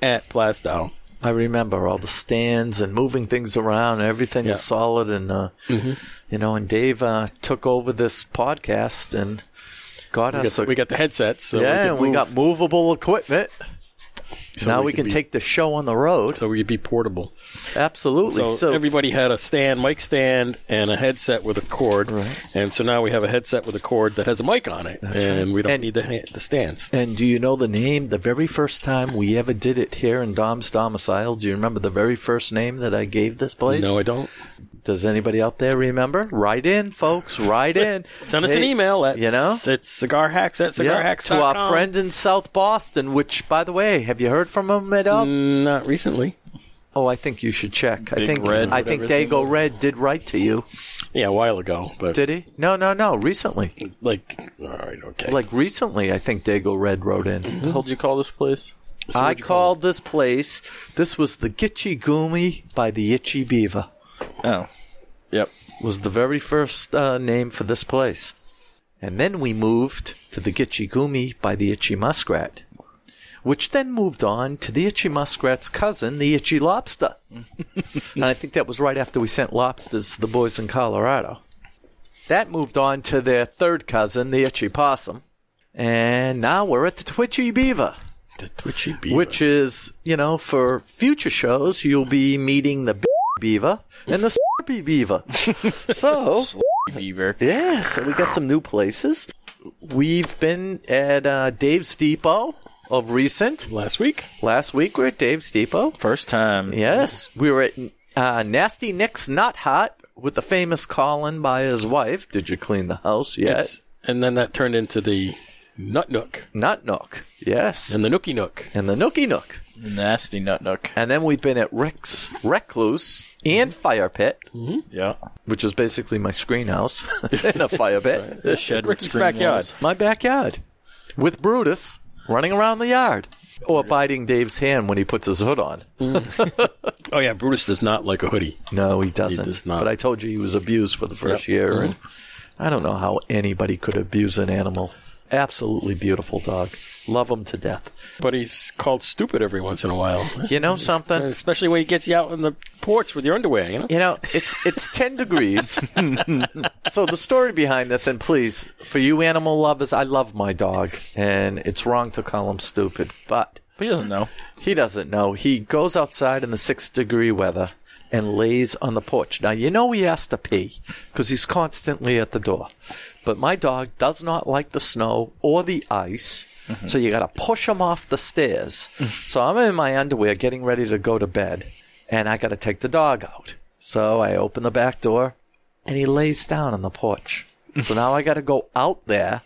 at Plastow. I remember all the stands and moving things around. Everything was Yeah. Mm-hmm. solid, and uh, you know, and Dave uh, took over this podcast and got We us. got, a, we got the headsets. So yeah, we, and could we move- got movable equipment. so now we, could can be- take the show on the road. So we could be portable. Absolutely. So, So, everybody had a stand, mic stand, and a headset with a cord. And so now we have a headset with a cord that has a mic on it, and we don't And- need the, ha- the stands. and do you know the name? The very first time we ever did it here in Dom's domicile. Do you remember the very first name that I gave this place? No, I don't. Does anybody out there remember? Write in, folks. Write in. Send us an Hey, email at you know it's cigarhacks at Yeah, cigarhacks to our friend in South Boston, which, by the way, have you heard from him at all? Not recently. Oh, I think you should check. I Mm. Big think Red, I think whatever his Dago Red did write to you. Yeah, a while ago, but Did he? No, no, no. Recently, like, all right, okay. like recently, I think Dago Red wrote in. the hell did you call this place? I called this place. This was the Gitchy Goomy by the Itchy Beaver. Oh. Yep. Was the very first uh, name for this place, and then we moved to the Gitchy Goomy by the Itchy Muskrat, which then moved on to the Itchy Muskrat's cousin, the Itchy Lobster. and I think that was right after we sent lobsters to the boys in Colorado. That moved on to their third cousin, the Itchy Possum. And now we're at the Twitchy Beaver, the twitchy beaver. which is, you know, for future shows, you'll be meeting the Beaver and the Beaver. so. Beaver. Yeah, so we got some new places. We've been at uh, Dave's Depot of recent. last week? Last week we were at Dave's Depot. First time. Yes, we were at uh, Nasty Nick's Not Hot with the famous Colin by his wife. Did you clean the house yet? Yes. And then that turned into the nut nook Nut Nook. Yes. and the nookie nook. And the Nookie Nook. Nasty nut nook. And then we've been at Rick's Recluse and Fire Pit, Yeah. which is basically my screen house and a fire pit. The shed with Ricky's screen backyard. walls. my backyard with Brutus running around the yard or biting Dave's hand when he puts his hood on. Oh yeah, Brutus does not like a hoodie. No, he doesn't. does not. Mm-hmm. But I told you he was abused for the first year, and I don't know how anybody could abuse an animal. Absolutely beautiful dog. Love him to death. But he's called stupid every once in a while. You know something? Especially when he gets you out on the porch with your underwear, you know? You know, it's it's 10 degrees. so the story behind this, and please, for you animal lovers, I love my dog, and it's wrong to call him stupid, but But he doesn't know. He doesn't know. He goes outside in the six degree weather and lays on the porch. Now, you know he has to pee because he's constantly at the door. But my dog does not like the snow or the ice. Mm-hmm. So you got to push him off the stairs. so I'm in my underwear getting ready to go to bed and I got to take the dog out. So I open the back door and he lays down on the porch. so now I got to go out there.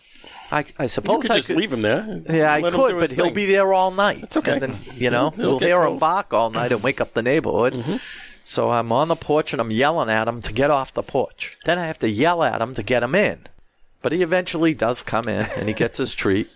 I, I suppose You could I just could, leave him there. yeah, I Let him do could, but his he'll thing. be there all night. That's okay. And then, you know, He'll he'll get Mm-hmm. hear him cold. bark all night and wake up the neighborhood. So I'm on the porch and I'm yelling at him to get off the porch. Then I have to yell at him to get him in. But he eventually does come in and he gets his treat.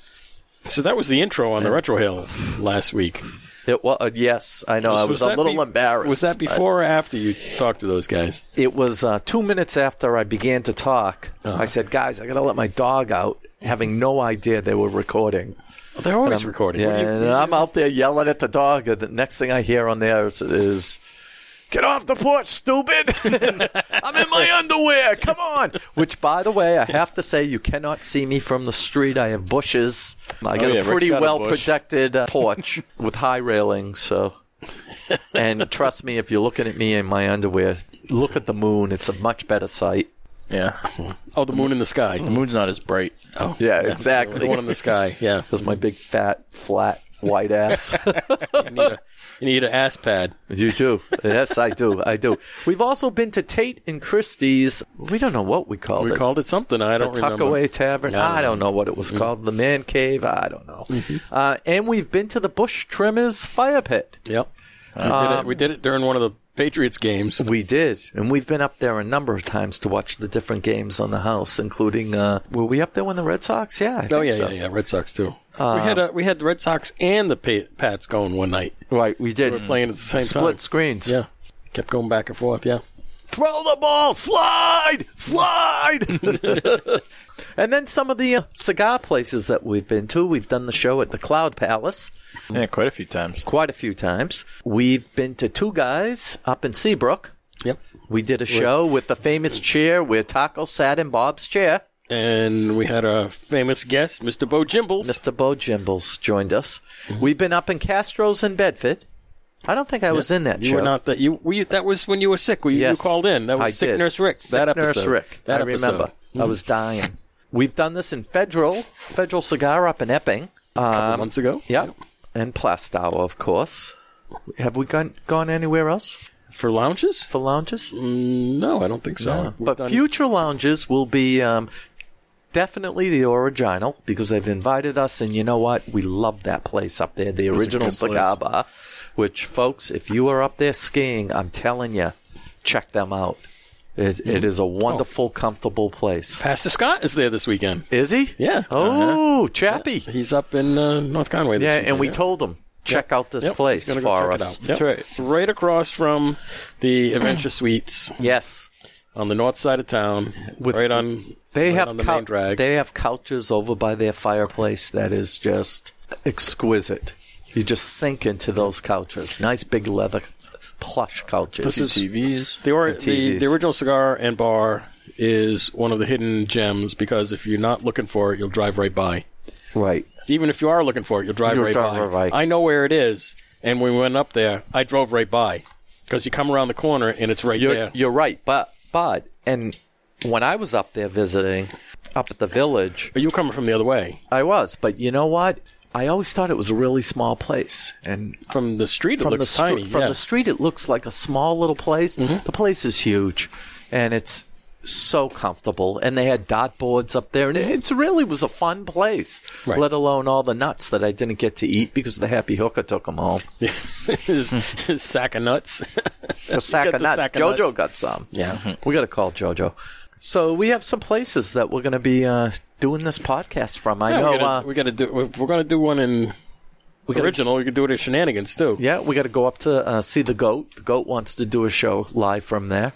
So that was the intro on the Retro Hill last week. It was uh, yes, I know. I was, a that little be- embarrassed. Was that but before or after you talked to those guys? It was uh, two minutes after I began to talk. Uh-huh. I said, "Guys, I got to let my dog out," having no idea they were recording. They're always recording. Yeah, What do you- and I'm out there yelling at the dog, and the next thing I hear on there is, is "Get off the porch, stupid! I'm in my underwear. Come on!" Which, by the way, I have to say, you cannot see me from the street. I have bushes. I got yeah, a Rick's pretty got a well bush. protected uh, porch with high railings, so. and trust me, if you're looking at me in my underwear, look at the moon. It's a much better sight. Yeah. oh, the moon in the sky. The moon's not as bright. Oh, Yeah, The one in exactly. the sky. Yeah. Because my big, fat, flat, white ass. You need, a, you need an ass pad. You do. yes, I do. I do. We've also been to Tate and Christie's. We don't know what we called We it. called it something. I the don't remember. Tuckaway Tavern. I don't Mm-hmm. I don't know what it was called. The Man Cave. I don't know. Uh, and we've been to the Bush Trimmers Fire Pit. Yep. We, did it, we did it during one of the Patriots games. We did, and we've been up there a number of times to watch the different games on the house, including uh, were we up there when the Red Sox? Yeah. I Oh think yeah, so. yeah, yeah. Red Sox too. we had uh we had the Red Sox and the pa- Pats going one night. Right, we did. We were playing at the same Split time. screens. Yeah, kept going back and forth. Yeah, throw the ball, slide, slide. and then some of the uh, cigar places that we've been to, we've done the show at the Cloud Palace Yeah, quite a few times. quite a few times. We've been to Two Guys up in Seabrook. yep. We did a show with the famous chair where Taco sat in Bob's chair. And we had a famous guest, Mr. Bo Jimbles. Mr. Bo Jimbles joined us. We've been up in Castro's in Bedford. I don't think I was in that you show. were not that you, were you. That was when you were sick. Were you, you Yes, called in. That was I sick did. nurse Rick. Sick that Nurse episode. Rick. That I episode. Mm. remember. I was dying. We've done this in Federal, Federal Cigar up in Epping. couple Um, months ago. yep. And Plastow, of course. Have we gone gone anywhere else For lounges? for lounges? No, I don't think so. We've but done- future lounges will be um, definitely the original because they've invited us, and you know what? We love that place up there, the original good place. cigar bar. Which, folks, if you are up there skiing, I'm telling you, check them out. It, it is a wonderful, comfortable place. Pastor Scott is there this weekend. Is he? Yeah. Oh, Chappie. Yeah, He's up in uh, North Conway. This and we told him check out this place for us. That's right. Right across from the Adventure Suites Yes. on the north side of town. With- right on. They right have on the cou- main drag. they have couches over by their fireplace that is just exquisite. You just sink into those couches. Nice big leather plush couches. This is- TVs. The, or- And the, TVs. the original cigar and bar is one of the hidden gems because if you're not looking for it, you'll drive right by. right. Even if you are looking for it, you'll drive, You'll right, drive by. right by. I know where it is, and when we went up there, I drove right by because you come around the corner and it's right You're, there. you're right, but but and when I was up there visiting up at the village, But you coming from the other way, I was. But you know what? I always thought it was a really small place, and from the street. from it the looks str- tiny. from yeah. Mm-hmm. the street it looks like a small little place the place is huge and it's so comfortable and they had dot boards up there and it it's really was a fun place Right. let alone all the nuts that i didn't get to eat because the happy hooker took them home his, his sack of nuts. a sack got of the nuts sack of jojo nuts. got some Yeah. we gotta call jojo so we have some places that we're gonna be uh, doing this podcast from i Yeah, know we, gotta, uh, we gotta do. We're, we're gonna do one in gotta- original. We can do it at Shenanigans too. Yeah, we got to go up to uh, see the goat. The goat wants to do a show live from there.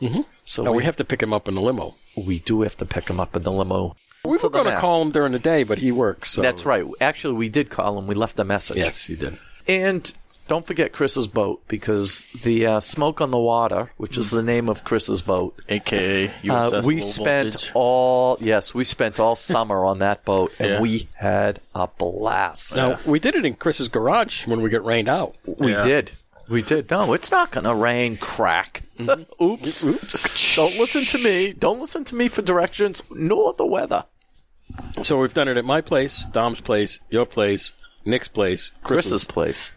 Mm-hmm. So No, we have to pick him up in the limo. we do have to pick him up in the limo. We to were the going to maps. call him during the day, but he works. So. That's right. Actually, we did call him. We left a message. Yes, you did. And don't forget Chris's boat because the uh, smoke on the water, which is the name of Chris's boat. AKA uh, USS we Low spent Voltage. all yes, we spent all summer on that boat, and Yeah. we had a blast. Now we did it in Chris's garage when we got rained out. we Yeah. did, we did. No, it's not going to rain. Crack. Mm-hmm. Oops. Oops. Don't listen to me. Don't listen to me for directions nor the weather. So we've done it at my place, Dom's place, your place, Nick's place, Chris's Chris's, place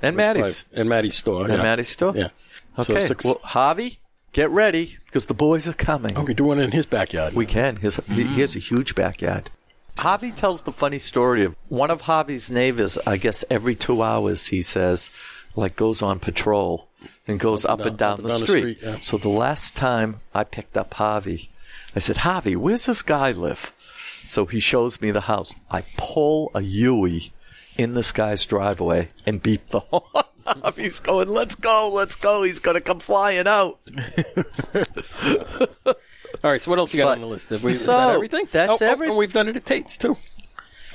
and Maddie's and Maddie's store. and yeah. Maddie's store. Yeah. So Okay. six- well, Javi, get ready because the boys are coming. we could do one in his backyard. We can. His, he, he has a Mm-hmm. huge backyard. Javi tells the funny story of one of Javi's neighbors. I guess every two hours he says, like goes on patrol and goes up, and down, up and the, down the street, street. yeah. So the last time I picked up Javi, I said, Javi, where's this guy live? So he shows me the house. I pull a Yui in this guy's driveway and beep the horn. Javi's going, let's go, let's go. He's going to come flying out. All right. So what else you got But- on the list? Have we, is So, that everything? that's oh, oh, everyth- and we've done it at Tate's too.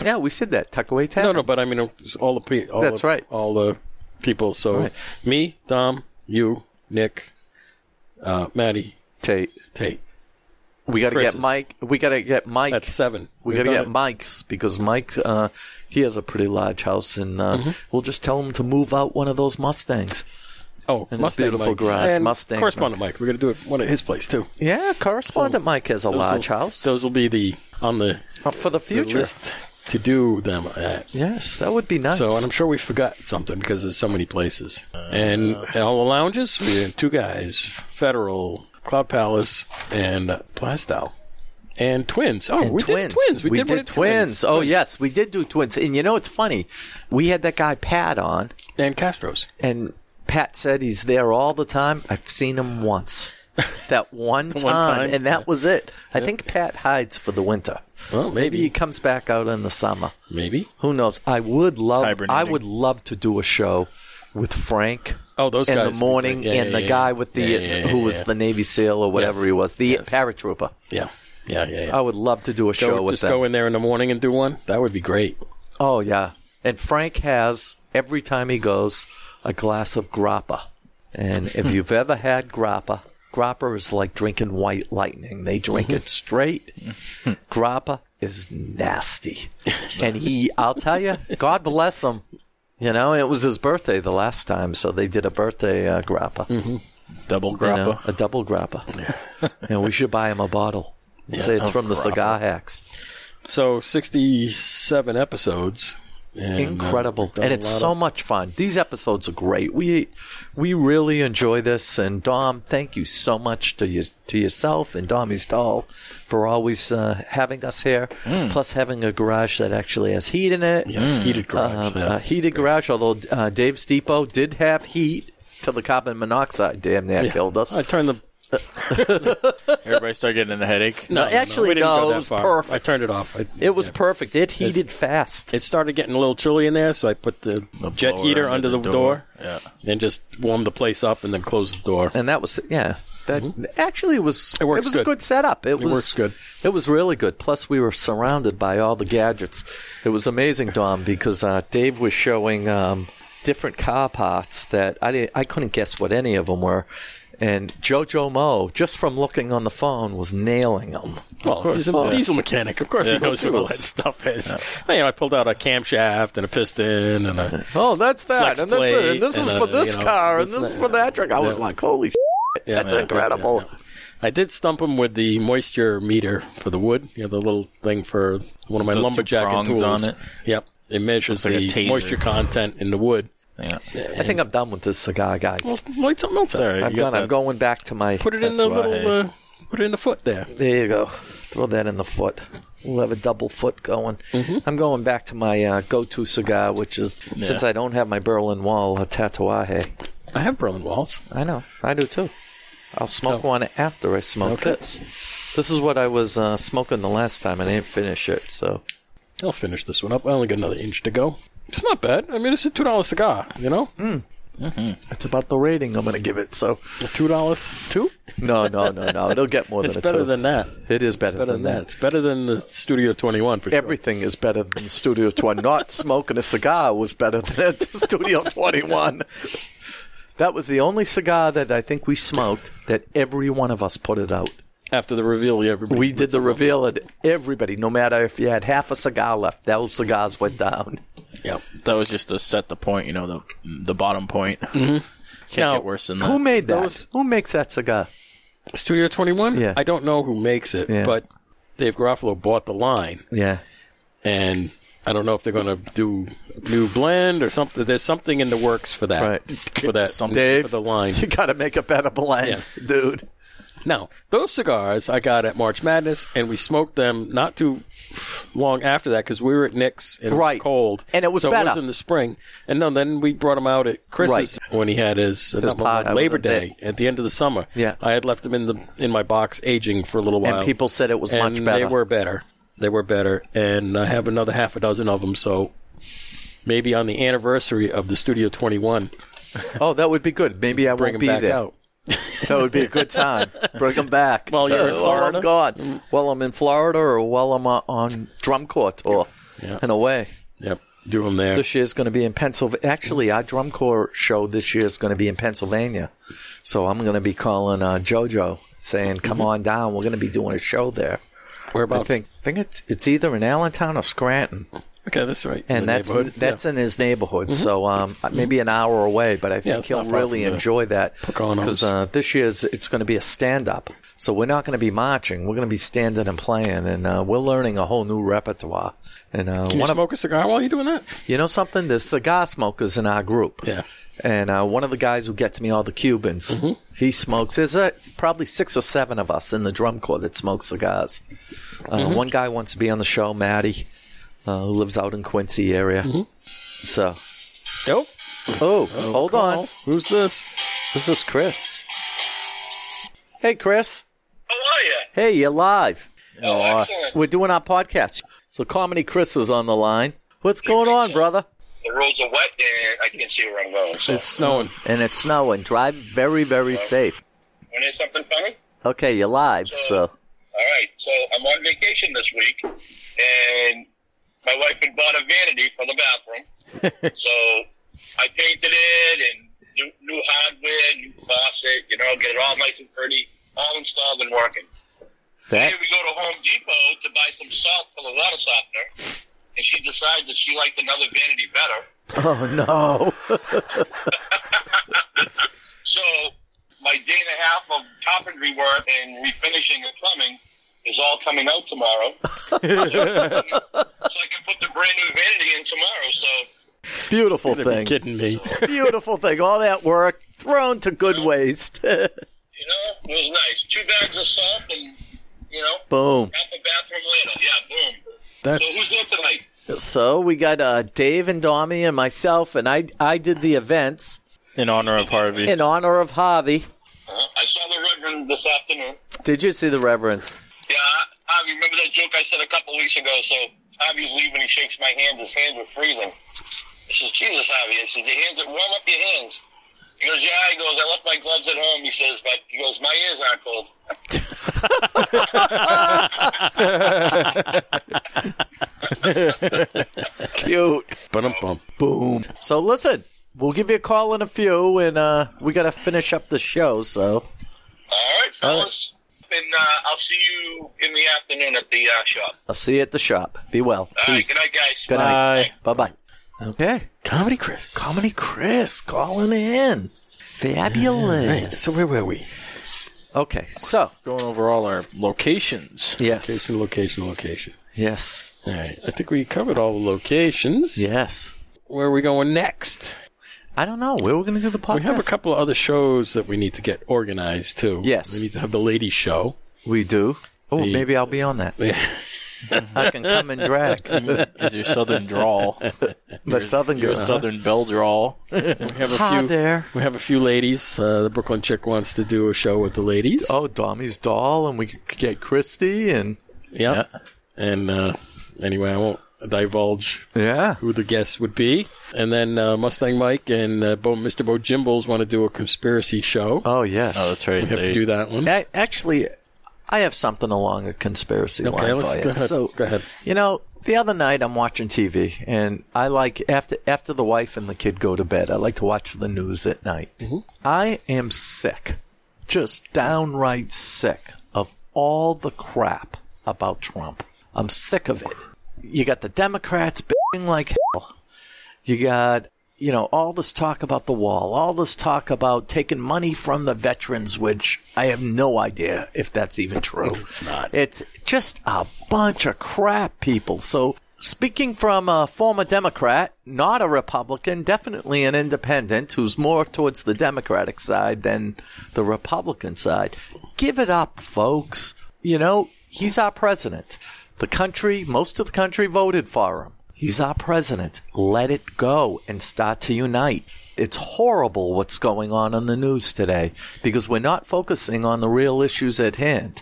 Yeah, we said that. Tuck away No, no. But I mean, it's all the pe- all That's the, right. All the people. So Right. me, Dom, you, Nick, uh, Maddie, Tate. Tate. We got to Chris's. get Mike. We got to get Mike. That's seven. We We've got to done get it. Mike's because Mike, uh, he has a pretty large house, and uh, Mm-hmm. we'll just tell him to move out one of those Mustangs. Oh, his Mustang beautiful Mike's. garage, and Mustang correspondent Mike. We're gonna do it one at his place too. Yeah, correspondent Mike has a large Those will- house Those will be the on the, Up for the the future. list to do them at. Yes, that would be nice. So, and I'm sure we forgot something because there's so many places. and all the lounges, we had two guys, Federal, Cloud Palace, and uh, Plastow. And twins. Oh, And we twins. did twins. We, did, one at twins. Oh yes, we did do twins. And you know it's funny, we had that guy Pat on, And Castro's. and Pat said he's there all the time. I've seen him once, that one time, time. and that was it. I think Pat hides for the winter. Well, Maybe he maybe. comes back out in the summer. Maybe. Who knows? I would love. hibernating. I would love to do a show with Frank. Oh, those in guys the would be morning, great. Yeah, and yeah, the yeah, guy yeah. with the Yeah, yeah, yeah, who yeah, was yeah. the Navy SEAL or whatever Yes. he was, the Yes. paratrooper. Yeah. Yeah, yeah, yeah. I would love to do a show go, with just them. go in there in the morning and do one. That would be great. oh yeah, and Frank has every time he goes a glass of grappa, and if you've ever had grappa. Grappa is like drinking white lightning. They drink it straight. Grappa is nasty. And he, I'll tell you, God bless him. You know, and it was his birthday the last time, so they did a birthday uh, grappa. You Double Mm-hmm. grappa. know, a double grappa. and we should buy him a bottle. Say it's of from the grappa. cigar hacks. So 67 episodes. And, uh, Incredible. we've done and a it's lot so of- much fun. These episodes are great. We we really enjoy this. And Dom, thank you so much to you to yourself and Dommy's doll for always uh, having us here. Plus having a garage that actually has heat in it. Hmm. yeah, heated garage. um, yeah. uh, heated garage. Although uh, Dave's Depot did have heat till the carbon monoxide damn near killed us. I turned the Everybody start getting a headache. No, actually, we didn't no, go it that was far. perfect. I turned it off. I, it was yeah. perfect. It heated fast. It started getting a little chilly in there, so I put the, The jet blower heater under the, door, Yeah. and just warmed the place up, and then closed the door. and that was yeah. That actually was Mm-hmm. It it, works was a good. good setup. It, was works good. It was really good. Plus, we were surrounded by all the gadgets. It was amazing, Dom, because uh, Dave was showing um, different car parts that I didn't, I couldn't guess what any of them were. And Jojo Mo, just from looking on the phone, was nailing them. Well, he's a diesel mechanic. Of course, he Yeah, knows he what all knows. that stuff is. You know, I pulled out a camshaft and a piston, and a, Oh, that's that, Flex and that's it, plate, and this and is a, for this you know, car, and this, this is that, for that truck. I was like, holy, shit, yeah, that's yeah, incredible. yeah, yeah. I did stump him with the moisture meter for the wood. You know, the little thing for one of my The two lumberjacking prongs tools. on it. Yep, it measures like a the taser. moisture content in the wood. Yeah. I think I'm done with this cigar, guys. Well, light something else. Sorry, I'm you got done. I'm that. going back to my Put it in the That's why- little. Uh, put it in the foot there. There you go. Throw that in the foot. We'll have a double foot going. Mm-hmm. I'm going back to my uh, go-to cigar, which is since I don't have my Berlin Wall, a Tatuaje. I have Berlin walls. I know, I do too. I'll smoke Oh. one after I smoke Okay. this. This is what I was uh, smoking the last time, and I didn't finish it. So Mm. I'll finish this one up. I only got another inch to go. It's not bad. I mean, it's a two dollar cigar. You know, That's about the rating I'm going to give it. So Two dollars. Two. no, no, no, no. It'll get more It's than a better two. than that. it is better, Better than that. It's better than the Studio 21 for sure. Everything is better than Studio 21. Not smoking a cigar was better than Studio 21. That was the only cigar that I think we smoked that every one of us put it out. After the reveal, everybody. We did the reveal, and everybody, no matter if you had half a cigar left, those cigars went down. Yep. That was just to set the point, you know, the the bottom point. Can't Now, get worse than that. Mm-hmm. Who made that? Those- Who makes that cigar? Studio 21? Yeah. I don't know who makes it, Yeah. but Dave Garofalo bought the line, Yeah. and I don't know if they're going to do a new blend or something. There's something in the works for that. Right. For that. Something. Dave, For the line. you got to make a better blend, dude. Now, those cigars I got at March Madness, and we smoked them not too long after that because we were at Nick's and it Right. was cold. And it was so it was better. in the spring. And no, then we brought them out at Chris's when he had his, uh, not- pod. I was Labor in there. Day at the end of the summer. Yeah. I had left them in the in my box aging for a little while. And people said it was And much better. They were better. They were better. And I have another half a dozen of them. So maybe on the anniversary of the Studio 21, oh, that would be good. Maybe I bring won't them be back there. out. That would be a good time. Bring them back. While you're in Florida? I'm gone. While I'm in Florida or while I'm uh, on drum corps or Yeah. in a way. Yep. Do them there. This year's going to be in Pennsylvania. Actually, our drum corps show this year is going to be in Pennsylvania. So I'm going to be calling uh, JoJo saying, come Mm-hmm. on down. We're going to be doing a show there. I Whereabouts? think, think it's, it's either in Allentown or Scranton. Okay, that's right. In and the that's neighborhood. Mm-hmm. that's in his neighborhood. So um, maybe an hour away, but I think it's he'll not far really from the enjoy that Poconos. because uh, this year's it's going to be a stand up. So we're not going to be marching. We're going to be standing and playing, and uh, we're learning a whole new repertoire. And uh, Can you one of smoke a cigar while you're doing that? you know something? There's cigar smokers in our group. Yeah. And uh, one of the guys who gets me all the Cubans, he smokes. There's uh probably six or seven of us in the drum corps that smoke cigars. Uh, One guy wants to be on the show, Matty, uh, who lives out in Quincy area. So, Nope. Mm-hmm. oh, hold on. Who's this? This is Chris. Hey, Chris. How are you? Hey, you're live. Oh, excellent. We're doing our podcast. So, Comedy Chris is on the line. What's going on, brother? the roads are wet and I can't see where I'm going. So It's snowing. And it's snowing. Drive very, very safe. when there's something funny, Okay, you're live. So, all right. So I'm on vacation this week, and my wife had bought a vanity for the bathroom, so I painted it and new, new hardware, new faucet, you know, get it all nice and pretty, all installed and working. that, Here we go to Home Depot to buy some salt for the water softener, and she decides that she liked another vanity better. oh no, So my day and a half of carpentry work and refinishing and plumbing is all coming out tomorrow. so I can put the brand new vanity in tomorrow. So beautiful You're thing, kidding me. beautiful thing. All that work thrown to good waste. you know, it was nice. Two bags of salt and you know Boom. half a bathroom later. Yeah, boom. So who's That's there tonight? So we got uh, Dave and Domi and myself, and I I did the events In honor of Harvey. in honor of Harvey. Uh, I saw the Reverend this afternoon. Did you see the Reverend? Yeah, I, I remember that joke I said a couple weeks ago. So Javi's leaving. He shakes my hand. His hands were freezing. I says, Jesus, Javi. I said, your hands are, warm up your hands. He goes, yeah. He goes, I left my gloves at home. He says, but he goes, my ears aren't cold. Cute. bum bum. Boom. So listen, we'll give you a call in a few, and uh, we got to finish up the show. So All right, fellas. And uh, I'll see you in the afternoon at the uh, shop. I'll see you at the shop. Be well. All right, good night, guys. Good Bye. night. Bye bye. Okay. Comedy Chris. Comedy Chris calling in. Fabulous. So where were we? okay, so Going over all our locations. yes, Location, location, location. yes, All right. I think we covered all the locations. yes. Where are we going next? I don't know where we're going to do the podcast. We have a couple of other shows that we need to get organized too. Yes. We need to have the ladies show. We do. Oh, The- maybe I'll be on that. I can come and drag. Is your southern drawl. The Southern Your girl. southern bell drawl. We have a Hi few. there. We have a few ladies. Uh, the Brooklyn chick wants to do a show with the ladies. Oh, Dommy's doll, and we could get Christy and yeah. And uh, anyway, I won't divulge Yeah. who the guests would be. And then uh, Mustang Mike and uh, Bo, Mr. Bo Jimbles want to do a conspiracy show. Oh yes. Oh, that's right. we have They- to do that one. A- actually, I have something along a conspiracy Okay, line let's- for you. go ahead, So, go ahead. You know, the other night I'm watching TV, and I like after after the wife and the kid go to bed, I like to watch the news at night. Mm-hmm. I am sick, just downright sick of all the crap about Trump. I'm sick of it. You got the Democrats bitching like hell. You got, you know, all this talk about the wall, all this talk about taking money from the veterans, which I have no idea if that's even true. It's not. It's just a bunch of crap, people. So, speaking from a former Democrat, not a Republican, definitely an independent who's more towards the Democratic side than the Republican side, give it up, folks. You know, he's our president. The country, most of the country voted for him. He's our president. Let it go and start to unite. It's horrible what's going on in the news today because we're not focusing on the real issues at hand.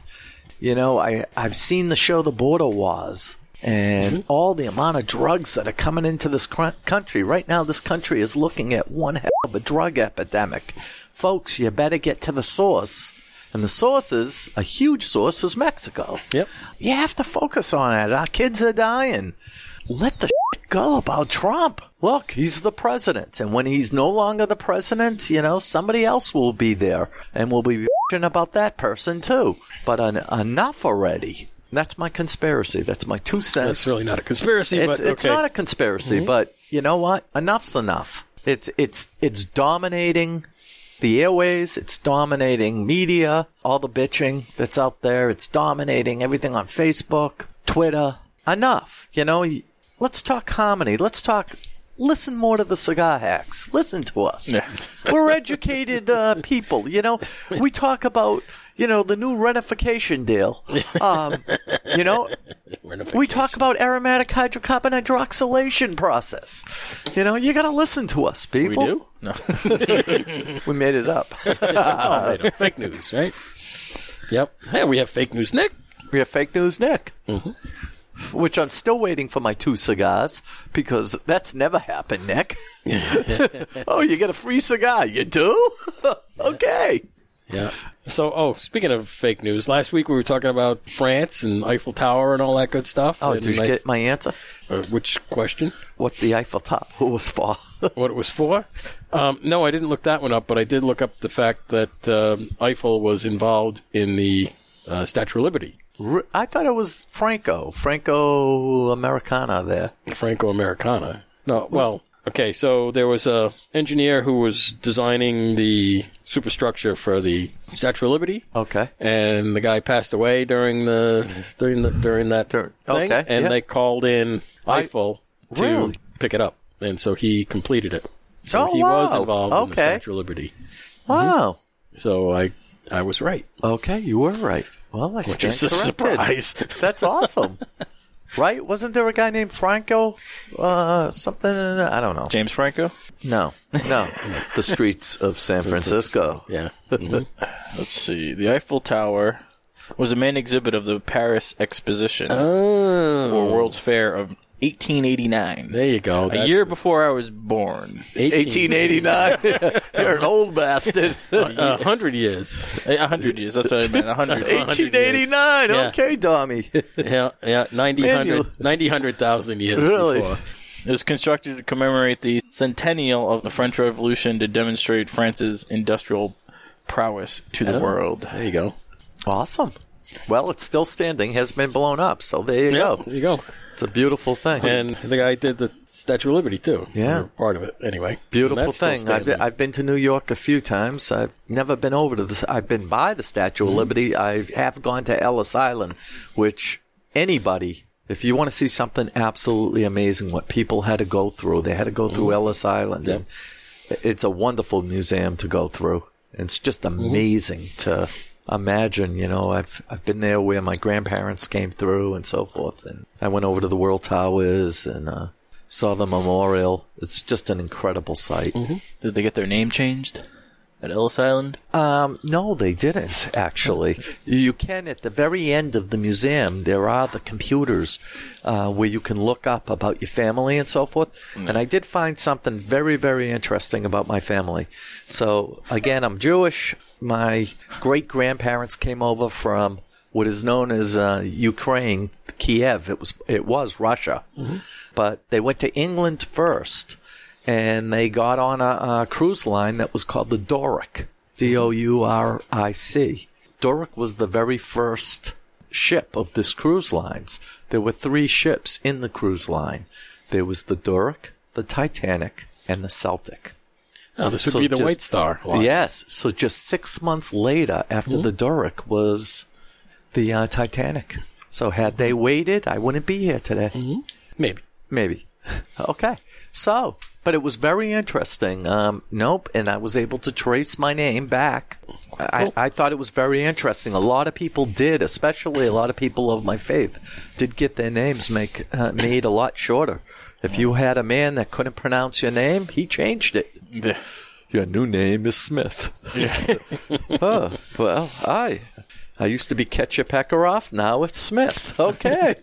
You know, I, I've seen the show The Border Wars and all the amount of drugs that are coming into this cr- country. Right now, this country is looking at one hell of a drug epidemic. Folks, you better get to the source. And the source is a huge source is Mexico. Yep. You have to focus on it. Our kids are dying. Let the shit go about Trump. Look, he's the president. And when he's no longer the president, you know, somebody else will be there and we'll be bitching about that person too. But en- enough already. That's my conspiracy. That's my two cents. That's really not a conspiracy, It's, but it's okay. Mm-hmm. not a conspiracy, but you know what? Enough's enough. It's it's it's dominating the airways. It's dominating media. All the bitching that's out there. It's dominating everything on Facebook, Twitter. Enough. You know. y- Let's talk comedy. Let's talk. Listen more to the cigar hacks. Listen to us. We're educated uh, people. You know, we talk about you know the new renification deal. Um, you know, we talk about aromatic hydrocarbon hydroxylation process. You know, you got to listen to us, We people. do? No. We made it up. It's all made up. Fake news, right? Yep. Hey, we have fake news, Nick. we have fake news, Nick. Mm-hmm. Which I'm still waiting for my two cigars because that's never happened, Nick. oh, you get a free cigar. You do? okay. Yeah. So, oh, speaking of fake news, last week we were talking about France and Eiffel Tower and all that good stuff. Oh, And did you nice- get my answer? uh, which question? What the Eiffel Top was for? what it was for? Um, no, I didn't look that one up, but I did look up the fact that um, Eiffel was involved in the uh, Statue of Liberty, R- I thought it was Franco, Franco Americana there. Franco-Americana. No, well, okay. So there was a engineer who was designing the superstructure for the Statue of Liberty. Okay. and the guy passed away during the during the during that Dur- thing, okay, and yeah. they called in Eiffel to Really? pick it up, and so he completed it. So Oh, he was wow. involved in the Okay. Statue of Liberty. Mm-hmm. Wow. So I I was right, Okay, you were right. Well, I which stand is a corrected. surprise. That's awesome. right? Wasn't there a guy named Franco? Uh, something? I don't know. James Franco? No, no. the streets of San Francisco. yeah, Mm-hmm. Let's see. The Eiffel Tower was a main exhibit of the Paris Exposition Oh. or World's Fair of 1889. there you go. a That's year before I was born. 1889. You're an old bastard. a hundred years. A hundred years. That's what I meant. A hundred. 1889. Yeah. Okay, Dommy. Yeah, yeah, 90, Man, you- 100 90, 100,000 years Really? before. It was constructed to commemorate the centennial of the French Revolution to demonstrate France's industrial prowess to the world. There you go. awesome. Well, it's still standing. Has been blown up. So there you Yeah, go. there you go. It's a beautiful thing. And the guy did the Statue of Liberty too. Yeah. They were part of it anyway. Beautiful And that's still thing. I've standing. been, I've been to New York a few times. I've never been over to this. I've been by the Statue of Liberty. I have gone to Ellis Island, which anybody, if you want to see something absolutely amazing, what people had to go through, they had to go through Ellis Island. And it's a wonderful museum to go through. It's just amazing to imagine. You know, I've I've been there where my grandparents came through and so forth, and I went over to the World Towers and uh, saw the memorial. It's just an incredible sight. Did they get their name changed? at Ellis Island? Um, no, they didn't actually. you can at the very end of the museum. There are the computers uh, where you can look up about your family and so forth. And I did find something very, very interesting about my family. So again, I'm Jewish. My great grandparents came over from what is known as uh, Ukraine, Kiev. It was it was Russia, but they went to England first, and they got on a, a cruise line that was called the Doric, D O U R I C. Doric was the very first ship of this cruise lines. There were three ships in the cruise line. There was the Doric, the Titanic, and the Celtic. Oh, this would So be the just- White Star. Yes. So just six months later, after the Doric was the uh, Titanic. So had they waited, I wouldn't be here today. Maybe. Maybe. Okay. So, but it was very interesting. Um, nope. And I was able to trace my name back. I, I thought it was very interesting. A lot of people did, especially a lot of people of my faith, did get their names make uh, made a lot shorter. If you had a man that couldn't pronounce your name, he changed it. Yeah. Your new name is Smith. oh, well, I I used to be Ketchup Pekaroff, now it's Smith. Okay.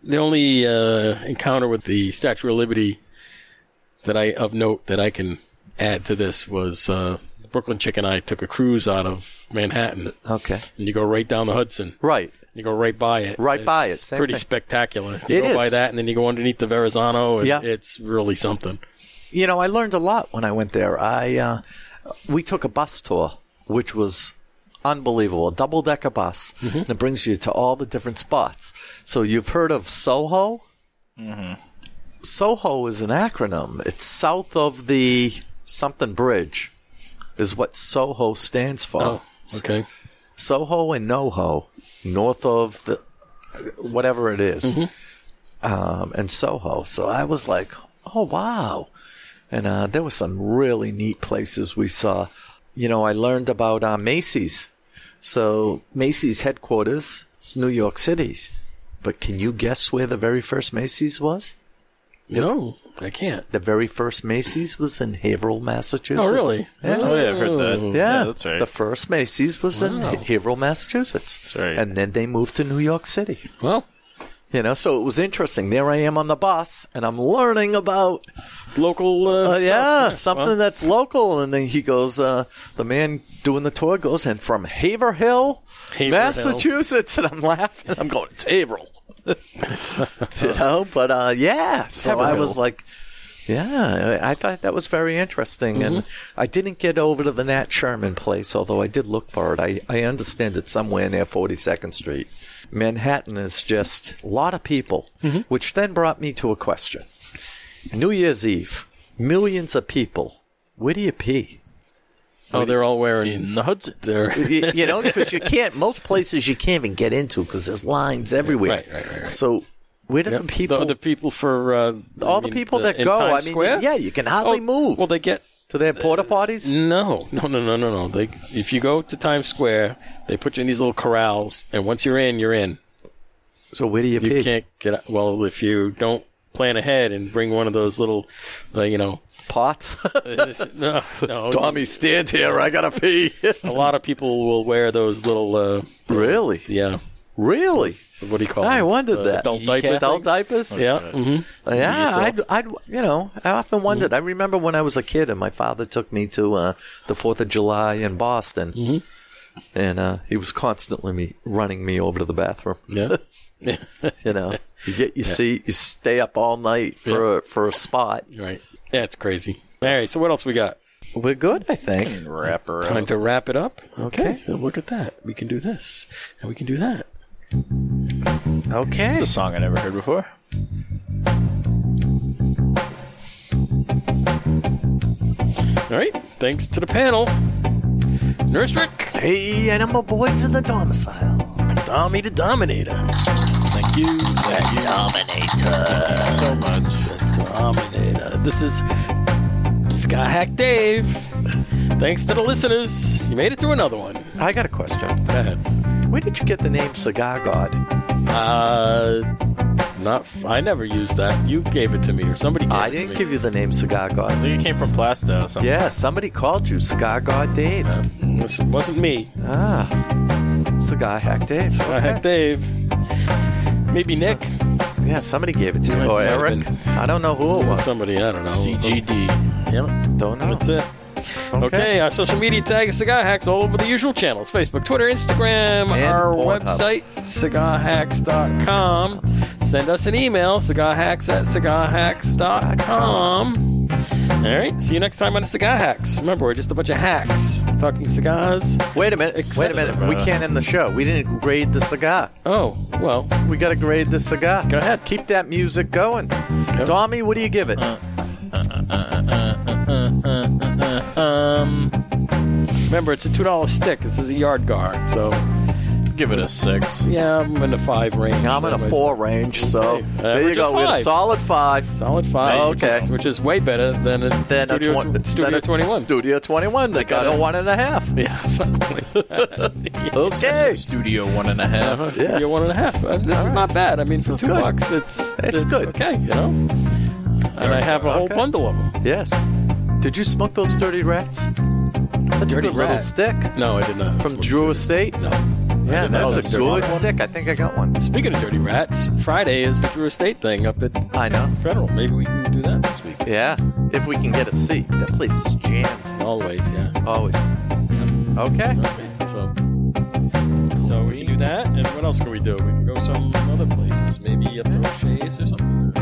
The only uh, encounter with the Statue of Liberty that I of note that I can add to this was uh, Brooklyn Chick and I took a cruise out of Manhattan, okay. and you go right down the Hudson. Right. You go right by it. Right by it, It's same pretty thing. spectacular. You It go is. by that, and then you go underneath the Verrazano. And Yeah. It's really something. You know, I learned a lot when I went there. I uh, we took a bus tour, which was unbelievable, a double decker bus, and it brings you to all the different spots. So you've heard of Soho? Soho is an acronym. It's south of the something bridge, is what Soho stands for. Oh, Okay. Soho and NoHo, north of the whatever it is, Mm-hmm. um, and Soho. So I was like, oh wow, and uh, there were some really neat places we saw. You know, I learned about uh, Macy's. So Macy's headquarters is New York City, but can you guess where the very first Macy's was? No, I can't. The very first Macy's was in Haverhill, Massachusetts. Oh, really? Yeah. Oh, yeah, I've heard that. Yeah, that's right. The first Macy's was in Haverhill, Massachusetts. That's right. And then they moved to New York City. Well, You know, so it was interesting. There I am on the bus, and I'm learning about local. Uh, uh, stuff. yeah something Well, that's local. And then he goes, uh, the man doing the tour goes, and from Haverhill, Haverhill. Massachusetts, and I'm laughing. I'm going Haverhill, you know. But uh, yeah, so I was Haverhill. like, yeah, I I thought that was very interesting, and Mm-hmm. I didn't get over to the Nat Sherman place, although I did look for it. I I understand it's somewhere near 42nd Street. Manhattan is just a lot of people, Mm-hmm. which then brought me to a question. New Year's Eve, millions of people. Where do you pee? oh, they're all wearing. In the Hudson. They're You, you know, because you can't. Most places you can't even get into because there's lines everywhere. Right, right, right, right. So where do the people? the, the people for uh, all I the mean, people that in go. Times I mean, Square? yeah, you can hardly Oh, move Well, they get to their porta potties. no, no, no, no, no, no. They if you go to Times Square, they put you in these little corrals, and once you're in, you're in. So where do you, You pee? can't get out. well if you don't plan ahead and bring one of those little, uh, you know, Pots. no, no. Tommy, stand here. I gotta pee. A lot of people will wear those little, uh, really, yeah. really. What do you call? I them? wondered Uh, that. Adult You diaper. can't- Adult things? diapers. Yeah. hmm Yeah, yourself. I'd, I'd, you know, I often wondered. I remember when I was a kid and my father took me to uh, the Fourth of July in Boston, and uh, he was constantly me running me over to the bathroom. Yeah. You know, you get your seat, you stay up all night for a, for a spot. Right. That's crazy. All right. So what else we got? We're good, I think. Wrapper. Time to wrap it up. Okay. Well, Look at that. We can do this, and we can do that. Okay, a song I never heard before. All right. Thanks to the panel. Nurse Rick, hey, animal boys in the domicile. Tommy the Dominator. Thank you. Thank you. so much. Dominator. This is Sky Hack Dave. Thanks to the listeners. You made it through another one. I got a question. Go ahead. Where did you get the name Cigar God? Uh, Not. F- I never used that. You gave it to me, or somebody. Gave I it didn't to give me. you the name Cigar I God. think it came from Plasta or something. Yeah, somebody called you Cigar God Dave. you. This wasn't me. Ah, Cigar Hack Dave. I had Dave. Maybe Nick. Yeah, somebody gave it to me. Might- Or might have Eric. I don't know who it was. Somebody. I don't know. CGD. Yep. Don't know. That's it. Okay. our social media tag is Cigar Hacks all over the usual channels Facebook, Twitter, Instagram, And our Pornhub. website, cigarhacks.com. Send us an email, cigarhacks at cigarhacks.com. All right, see you next time on Cigar Hacks. Remember, we're just a bunch of hacks talking cigars. Wait a minute. Wait a minute. We can't end the show. We didn't grade the cigar. Oh, well, We got to grade the cigar. Go ahead. Uh, Keep that music going. Tommy, what do you give it? Um, remember, it's a $2 stick. This is a yard guard. So, Give it a six. yeah, I'm in the five range. I'm in a Anyways, four range, so Okay. there you Average go. of We had a five. solid five. Solid five. Oh, which is- okay. Which is way better than a Then Studio, a twen- Studio then a 21. Studio 21. They got got a a- one and a half. Yeah, something like that. Okay. Studio one and a half. Studio Yes. one and a half. Uh, This is right. not bad. I mean, for is two good. bucks, it's, It's good. Okay, you know. And I have a whole Okay. bundle of them. Yes. Did you smoke those dirty rats? That's Dirty a good little rat. stick No, I did not. from Drew Estate. No. Yeah, didn't know that's a that. Dirty good rat. stick. I think I got one. Oh, Speaking of dirty rats, Friday is the Drew Estate thing up at I know. Federal. Maybe we can do that this week. Yeah. If we can get a seat, that place is jammed. Always, yeah. Always. Okay. Okay, so, so we can do that. And what else can we do? We can go some other places. Maybe up to O'Shea's or something.